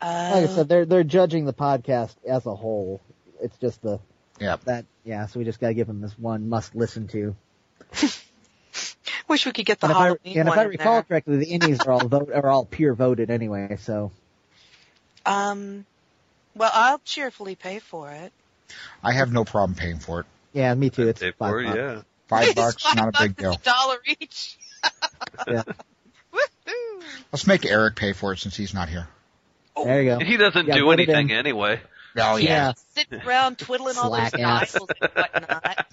Speaker 3: Uh,
Speaker 4: like I said, they're they're judging the podcast as a whole. It's just the
Speaker 5: Yep.
Speaker 4: that yeah. So we just gotta give them this one must listen to.
Speaker 3: Uh, wish we could get the
Speaker 4: And if I,
Speaker 3: Halloween
Speaker 4: and if
Speaker 3: one
Speaker 4: I
Speaker 3: in
Speaker 4: recall
Speaker 3: there.
Speaker 4: correctly, the indies are all vote, are all peer voted anyway. So
Speaker 3: Um, well, I'll cheerfully pay for it.
Speaker 5: I have no problem paying for it.
Speaker 4: yeah, me too. It's
Speaker 2: They
Speaker 4: five
Speaker 2: were,
Speaker 4: bucks.
Speaker 2: yeah.
Speaker 5: Five
Speaker 7: It's
Speaker 5: bucks,
Speaker 7: five
Speaker 5: not a
Speaker 7: bucks,
Speaker 5: big deal.
Speaker 7: It's a dollar each.
Speaker 4: Yeah.
Speaker 7: Woohoo!
Speaker 5: Let's make Eric pay for it since he's not here.
Speaker 4: Oh, There you go.
Speaker 2: He doesn't
Speaker 4: Yeah,
Speaker 2: do
Speaker 4: put it
Speaker 2: anything
Speaker 4: in.
Speaker 2: anyway.
Speaker 5: Oh
Speaker 4: yeah.
Speaker 3: Sitting around twiddling all
Speaker 4: Slack
Speaker 3: those
Speaker 4: ass.
Speaker 3: dials and whatnot.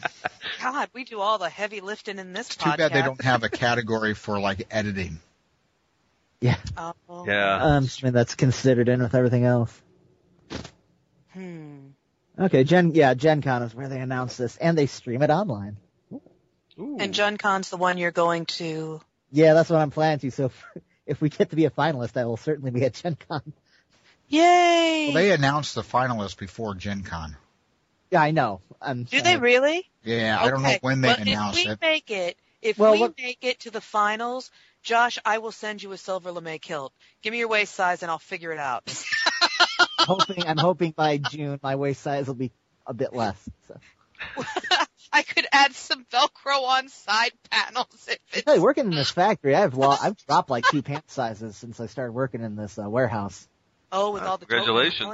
Speaker 3: God, we do all the heavy lifting in this
Speaker 5: Too
Speaker 3: podcast.
Speaker 5: bad they don't have a category for like editing.
Speaker 3: Oh,
Speaker 2: Yeah.
Speaker 4: Um, I mean, that's considered in with everything else.
Speaker 3: Hmm.
Speaker 4: Okay, Gen yeah, Gen Con is where they announce this and they stream it online.
Speaker 3: And Gen Con's the one you're going to.
Speaker 4: Yeah, that's what I'm planning to. So if, if we get to be a finalist, I will certainly be at Gen Con.
Speaker 3: Yay!
Speaker 5: Well, they announced the finalists before Gen Con.
Speaker 4: Yeah, I know. I'm
Speaker 3: do they
Speaker 4: saying-
Speaker 3: really?
Speaker 5: Yeah, I don't know
Speaker 3: Okay.
Speaker 5: when they
Speaker 3: well,
Speaker 5: announced
Speaker 3: if we
Speaker 5: it.
Speaker 3: Make it. If
Speaker 4: Well,
Speaker 3: we
Speaker 4: what-
Speaker 3: make it to the finals, Josh, I will send you a silver lame kilt. Give me your waist size and I'll figure it out.
Speaker 4: hoping I'm hoping by June my waist size will be a bit less. So.
Speaker 7: I could add some Velcro on side panels if it's
Speaker 4: Hey, working in this factory, I've lo- I've dropped like two pant sizes since I started working in this uh, warehouse.
Speaker 3: Oh, with
Speaker 2: Uh,
Speaker 3: all the tokens
Speaker 2: congratulations.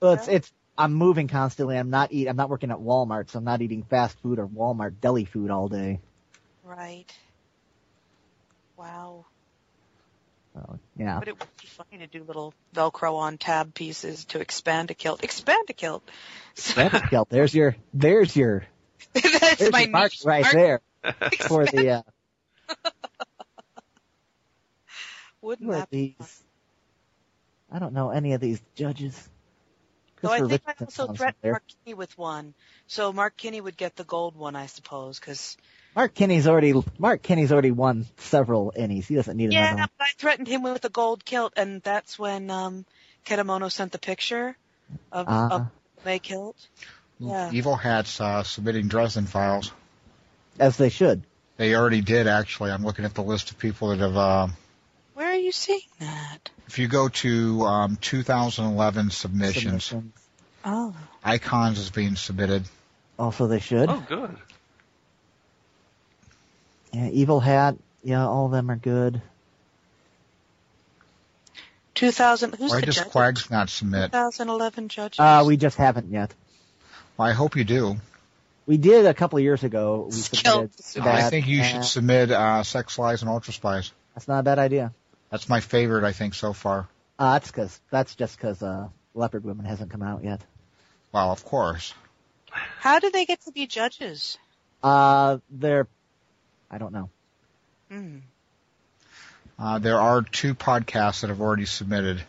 Speaker 3: on it?
Speaker 4: So it's it's I'm moving constantly. I'm not eat. I'm not working at Walmart, so I'm not eating fast food or Walmart deli food all day.
Speaker 3: Right. Wow.
Speaker 4: So, yeah.
Speaker 3: But it would be funny to do little Velcro on tab pieces to expand a kilt. Expand a kilt. So
Speaker 4: Rabbit kilt. There's your there's your
Speaker 7: that's
Speaker 4: there's
Speaker 7: my
Speaker 4: your mark
Speaker 7: niche
Speaker 4: right
Speaker 7: market.
Speaker 4: there for the uh,
Speaker 3: wouldn't
Speaker 4: Who are
Speaker 3: that be fun?
Speaker 4: these? I don't know any of these judges.
Speaker 3: Though I
Speaker 4: Christopher
Speaker 3: think I
Speaker 4: Richardson
Speaker 3: also
Speaker 4: sounds
Speaker 3: threatened
Speaker 4: familiar.
Speaker 3: Mark Kinney with one. So Mark Kinney would get the gold one, I suppose, because
Speaker 4: Mark Kinney's already Mark Kinney's already won several innies. He doesn't need
Speaker 3: Yeah,
Speaker 4: another.
Speaker 3: but I threatened him with a gold kilt, and that's when um, Kedamono sent the picture of,
Speaker 4: one. Uh,
Speaker 3: of May kilt.
Speaker 4: Mm,
Speaker 3: Yeah.
Speaker 5: Evil Hats uh, submitting Dresden files.
Speaker 4: as they should.
Speaker 5: They already did, actually. I'm looking at the list of people that have. Uh,
Speaker 3: Where are you seeing that?
Speaker 5: if you go to um, 2011 submissions,
Speaker 4: Submissions.
Speaker 3: Oh,
Speaker 5: icons is being submitted.
Speaker 4: Also, they should.
Speaker 2: Oh, good.
Speaker 4: Yeah, Evil Hat. Yeah, all of them are good.
Speaker 3: 2000. Who's
Speaker 5: Why
Speaker 3: the
Speaker 5: does
Speaker 3: judge?
Speaker 5: Quags not submit?
Speaker 3: 2011 judges.
Speaker 4: Uh, we just haven't yet.
Speaker 5: Well, I hope you do.
Speaker 4: We did a couple of years ago. We
Speaker 7: Skilled.
Speaker 4: submitted
Speaker 5: I
Speaker 4: that,
Speaker 5: think you should
Speaker 4: and
Speaker 5: submit uh, Sex Lies and Ultra Spies.
Speaker 4: That's not a bad idea.
Speaker 5: That's my favorite, I think, so far.
Speaker 4: Uh, that's cause that's just cause uh, Leopard Woman hasn't come out yet.
Speaker 5: Well, of course.
Speaker 3: How do they get to be judges?
Speaker 4: Uh, they're, I don't know.
Speaker 3: Hmm.
Speaker 5: Uh, there are two podcasts that have already submitted.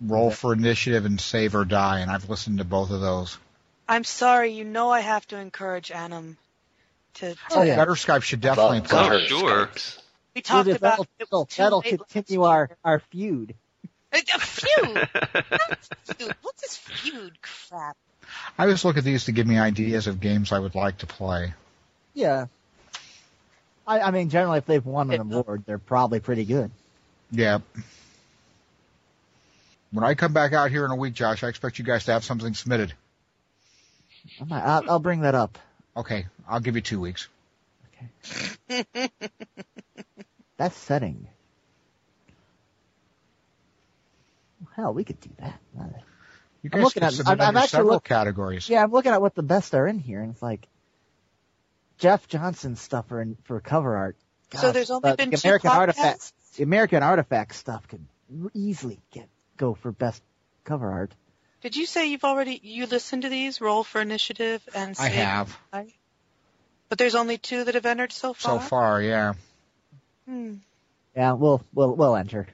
Speaker 5: Roll for Initiative and Save or Die, and I've listened to both of those.
Speaker 3: I'm sorry. You know I have to encourage Annam to. to
Speaker 4: Oh, yeah.
Speaker 5: Gutter Skype should definitely
Speaker 6: Love
Speaker 5: play.
Speaker 2: Oh,
Speaker 6: her
Speaker 2: sure.
Speaker 6: Skypes.
Speaker 3: We talked
Speaker 4: Well,
Speaker 3: about
Speaker 4: that'll,
Speaker 3: it
Speaker 4: that'll,
Speaker 3: too
Speaker 4: that'll
Speaker 3: late last
Speaker 4: continue our,
Speaker 3: year.
Speaker 4: our feud.
Speaker 7: A few.
Speaker 3: Dude, What's this feud crap?
Speaker 5: I just look at these to give me ideas of games I would like to play.
Speaker 4: Yeah. I, I mean, generally, if they've won an
Speaker 3: Yeah.
Speaker 4: award, they're probably pretty good.
Speaker 5: Yeah. When I come back out here in a week, Josh, I expect you guys to have something submitted.
Speaker 4: I might, I'll, I'll bring that up.
Speaker 5: Okay, I'll give you two weeks.
Speaker 4: That's setting. Hell, we could do that.
Speaker 5: You
Speaker 4: I'm
Speaker 5: guys
Speaker 4: looking
Speaker 5: can
Speaker 4: at-
Speaker 5: submit
Speaker 4: I'm- I'm
Speaker 5: under
Speaker 4: actually
Speaker 5: several
Speaker 4: look-
Speaker 5: categories.
Speaker 4: Yeah, I'm looking at what the best are in here, and it's like Jeff Johnson's stuff are in, for cover art.
Speaker 3: so
Speaker 4: Gosh,
Speaker 3: there's only
Speaker 4: uh,
Speaker 3: been
Speaker 4: the
Speaker 3: two
Speaker 4: American
Speaker 3: podcasts?
Speaker 4: artifacts. The American artifact stuff could easily get go for best cover art.
Speaker 3: Did you say you've already you listened to these? Roll for initiative and
Speaker 5: I
Speaker 3: Save
Speaker 5: have.
Speaker 3: the Fly? But there's only two that have entered so
Speaker 5: So
Speaker 3: far.
Speaker 4: Uh-huh.
Speaker 5: far, yeah.
Speaker 3: Hmm.
Speaker 4: Yeah, we'll we'll we'll enter.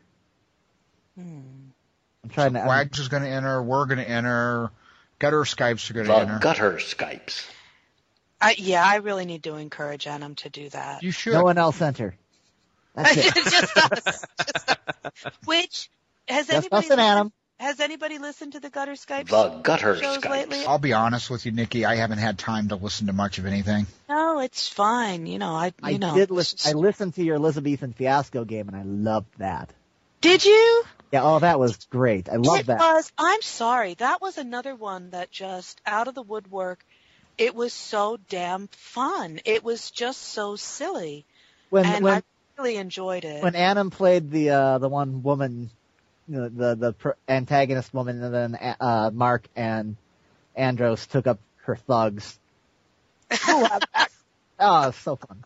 Speaker 3: Hmm.
Speaker 4: I'm trying to. I'm,
Speaker 5: Wags is going to enter. We're going to enter. Gutter Skypes are going to
Speaker 6: The
Speaker 5: enter.
Speaker 6: gutter Skypes.
Speaker 3: I, yeah, I really need to encourage Adam to do that.
Speaker 5: You should.
Speaker 4: no one else enter. That's it.
Speaker 3: Just us. Just us. Which has
Speaker 4: Just
Speaker 3: anybody
Speaker 4: us and Adam.
Speaker 3: has anybody listened to the gutter Skype?
Speaker 6: The gutter
Speaker 3: Shows lately?
Speaker 6: Skypes.
Speaker 5: I'll be honest with you, Nikki. I haven't had time to listen to much of anything.
Speaker 3: No, it's fine. You know, I you
Speaker 4: I
Speaker 3: know.
Speaker 4: did
Speaker 3: it's
Speaker 4: listen. I
Speaker 3: just-
Speaker 4: listened to your Elizabethan Fiasco game, and I loved that.
Speaker 3: did you?
Speaker 4: Yeah, oh, that was great. I love
Speaker 3: it
Speaker 4: that.
Speaker 3: was. I'm sorry. That was another one that just out of the woodwork. It was so damn fun. It was just so silly,
Speaker 4: When
Speaker 3: and
Speaker 4: when
Speaker 3: I really enjoyed it.
Speaker 4: when Adam played the uh the one woman, you know, the the pr- antagonist woman, and then uh Mark and Andros took up her thugs. oh, I- oh, it was so fun.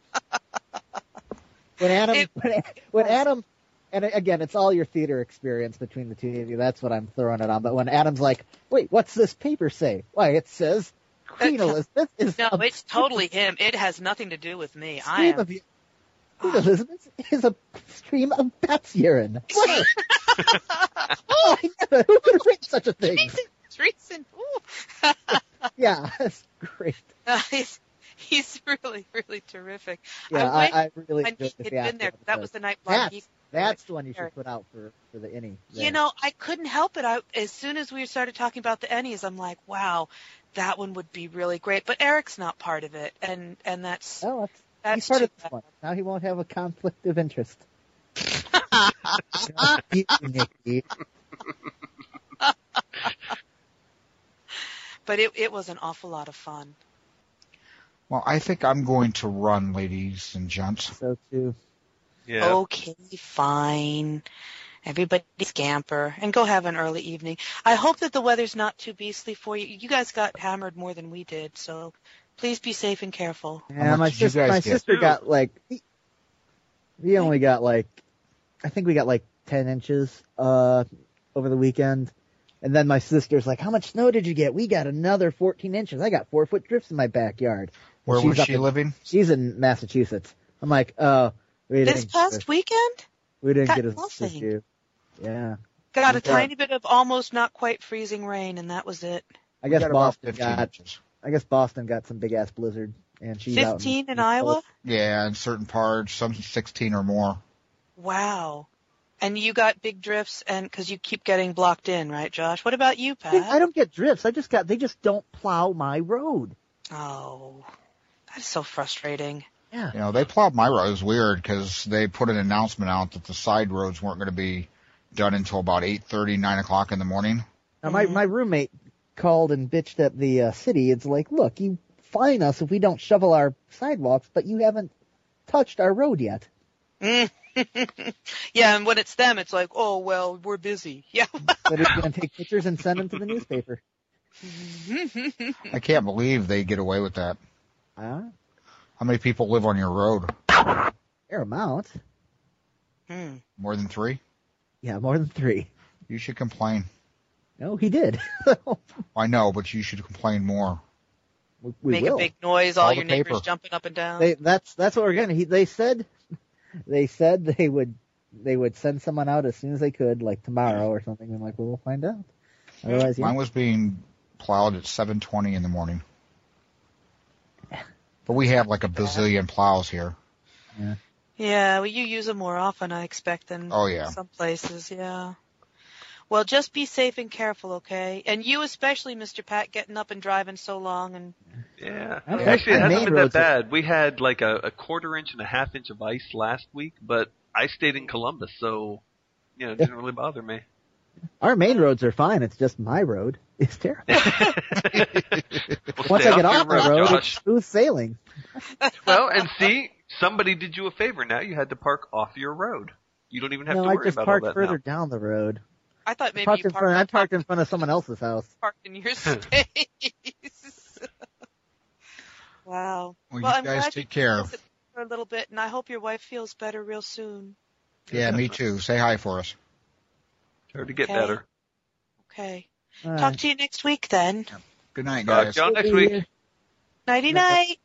Speaker 4: When Adam
Speaker 3: It-
Speaker 4: when, when Adam and again, it's all your theater experience between the two of you. That's what I'm throwing it on. But when Adam's like, "Wait, what's this paper say?" Why, it says Queen Elizabeth is
Speaker 3: no,
Speaker 4: a
Speaker 3: it's totally him. It has nothing to do with me. I
Speaker 4: stream
Speaker 3: am
Speaker 4: of u-
Speaker 7: Ah.
Speaker 4: Queen Elizabeth is a stream of bat's urine. What? oh, I never, who could have written such a thing?
Speaker 7: Treason. Ooh.
Speaker 4: Yeah, that's great.
Speaker 7: Uh, he's, he's really, really terrific.
Speaker 4: Yeah,
Speaker 7: I
Speaker 4: I,
Speaker 7: wish
Speaker 4: I, really
Speaker 7: I
Speaker 4: enjoyed
Speaker 7: had
Speaker 4: the
Speaker 7: been there.
Speaker 4: fiasco
Speaker 7: That was the night Blondie
Speaker 4: that's, that's the one you should put out for for the innie.
Speaker 3: You
Speaker 4: there.
Speaker 3: know, I couldn't help it. I, as soon as we started talking about the Ennies, I'm like, wow, that one would be really great. But Eric's not part of it, and and that's
Speaker 4: Oh, that's,
Speaker 3: that's
Speaker 4: he's part
Speaker 3: too
Speaker 4: of this
Speaker 3: bad.
Speaker 4: one. Now he won't have a conflict of interest. God, you, Nikki.
Speaker 3: But it it was an awful lot of fun.
Speaker 5: Well, I think I'm going to run, ladies and gents.
Speaker 4: So too.
Speaker 2: Yeah.
Speaker 3: Okay, fine. Everybody scamper and go have an early evening. I hope that the weather's not too beastly for you. You guys got hammered more than we did, so please be safe and careful.
Speaker 4: Yeah,
Speaker 5: much
Speaker 4: my
Speaker 5: did you
Speaker 4: sister,
Speaker 5: guys
Speaker 4: my
Speaker 5: get?
Speaker 4: sister got like, we- we only got like, I think we got like 10 inches, uh, over the weekend. And then my sister's like, how much snow did you get? We got another 14 inches. I got four foot drifts in my backyard.
Speaker 5: Where
Speaker 4: She's
Speaker 5: was
Speaker 4: up
Speaker 5: she
Speaker 4: in-
Speaker 5: living?
Speaker 4: She's in Massachusetts. I'm like, oh, we didn't,
Speaker 3: This
Speaker 4: get
Speaker 3: past
Speaker 4: a-
Speaker 3: weekend,
Speaker 4: we didn't
Speaker 3: got
Speaker 4: get a
Speaker 3: nothing.
Speaker 4: issue. Yeah.
Speaker 3: got a
Speaker 5: Yeah.
Speaker 3: tiny bit of almost not quite freezing rain, and that was it.
Speaker 4: I
Speaker 5: We
Speaker 4: guess
Speaker 5: got about
Speaker 4: Boston
Speaker 5: 15
Speaker 4: got,
Speaker 5: inches.
Speaker 4: I guess Boston got some big ass blizzard and she's out
Speaker 3: 15 in Iowa?
Speaker 5: Yeah, in certain parts, some 16 or more.
Speaker 3: Wow. And you got big drifts and cuz you keep getting blocked in, right, Josh? What about you,
Speaker 4: I I
Speaker 3: Pat?
Speaker 4: don't get drifts. I just got, they just don't plow my road.
Speaker 3: Oh. That is so frustrating.
Speaker 4: Yeah.
Speaker 5: You know, they plowed my road. It was weird because they put an announcement out that the side roads weren't going to be done until about 8:30, 9 o'clock in the morning.
Speaker 4: Now my
Speaker 3: Mhm.
Speaker 4: my roommate called and bitched at the uh, city. It's like, look, you fine us if we don't shovel our sidewalks, but you haven't touched our road yet.
Speaker 3: yeah, and when it's them, it's like, "Oh, well, we're busy." Yeah.
Speaker 4: But it's going to take pictures and send them to the newspaper.
Speaker 5: I can't believe they get away with that.
Speaker 4: Uh,
Speaker 5: How many people live on your road?
Speaker 4: fair amount.
Speaker 3: Hmm.
Speaker 5: More than three?
Speaker 4: Yeah, more than three.
Speaker 5: You should complain.
Speaker 4: No, he did.
Speaker 5: I know, but you should complain more.
Speaker 4: we we
Speaker 3: Make
Speaker 4: will.
Speaker 3: a big noise,
Speaker 5: All
Speaker 3: all
Speaker 5: the
Speaker 3: your neighbors
Speaker 5: paper.
Speaker 3: jumping up and down.
Speaker 4: They, that's that's what we're gonna. He, they said, they said they would they would send someone out as soon as they could, like tomorrow or something. I'm like, well, we'll find out. Otherwise, yeah.
Speaker 5: Mine was being plowed at 7:20 in the morning. But we have like a bazillion plows here.
Speaker 3: yeah, well, you use them more often, I expect, than
Speaker 5: Oh yeah.
Speaker 3: some places, yeah. Well, just be safe and careful, okay? And you especially, Mr. Pat, getting up and driving so long and
Speaker 2: Yeah.
Speaker 4: Yeah.
Speaker 2: Actually, it
Speaker 4: Yeah.
Speaker 2: hasn't
Speaker 4: Main
Speaker 2: been that
Speaker 4: roads are-
Speaker 2: bad. We had like a, a quarter inch and a half inch of ice last week, but I stayed in Columbus, so you know, it didn't really bother me.
Speaker 4: Our main roads are fine. It's just my road is terrible.
Speaker 2: Well,
Speaker 4: Once
Speaker 2: stay
Speaker 4: I get
Speaker 2: your
Speaker 4: off my road,
Speaker 2: Josh.
Speaker 4: it's smooth sailing.
Speaker 2: Well, and see, somebody did you a favor. Now you had to park off your road. You don't even have
Speaker 4: no,
Speaker 2: to
Speaker 4: I
Speaker 2: worry
Speaker 4: just
Speaker 2: about all
Speaker 4: parked
Speaker 2: that
Speaker 4: further
Speaker 2: now.
Speaker 4: down the road.
Speaker 7: I thought maybe
Speaker 4: parked
Speaker 7: you
Speaker 4: in front. I
Speaker 7: parked,
Speaker 4: parked in front of someone else's house.
Speaker 7: parked in your space.
Speaker 3: wow.
Speaker 5: Well,
Speaker 3: Well,
Speaker 5: you
Speaker 3: I'm
Speaker 5: guys
Speaker 3: glad
Speaker 5: take care.
Speaker 3: listen for a little bit, and I hope your wife feels better real soon.
Speaker 5: Yeah, me too. Say hi for us.
Speaker 2: Or to get
Speaker 3: Okay.
Speaker 2: better.
Speaker 3: Okay.
Speaker 4: All
Speaker 3: Talk
Speaker 4: right.
Speaker 3: to you next week then.
Speaker 5: Good night,
Speaker 2: Talk
Speaker 5: guys.
Speaker 2: to y'all next week.
Speaker 3: Nighty night.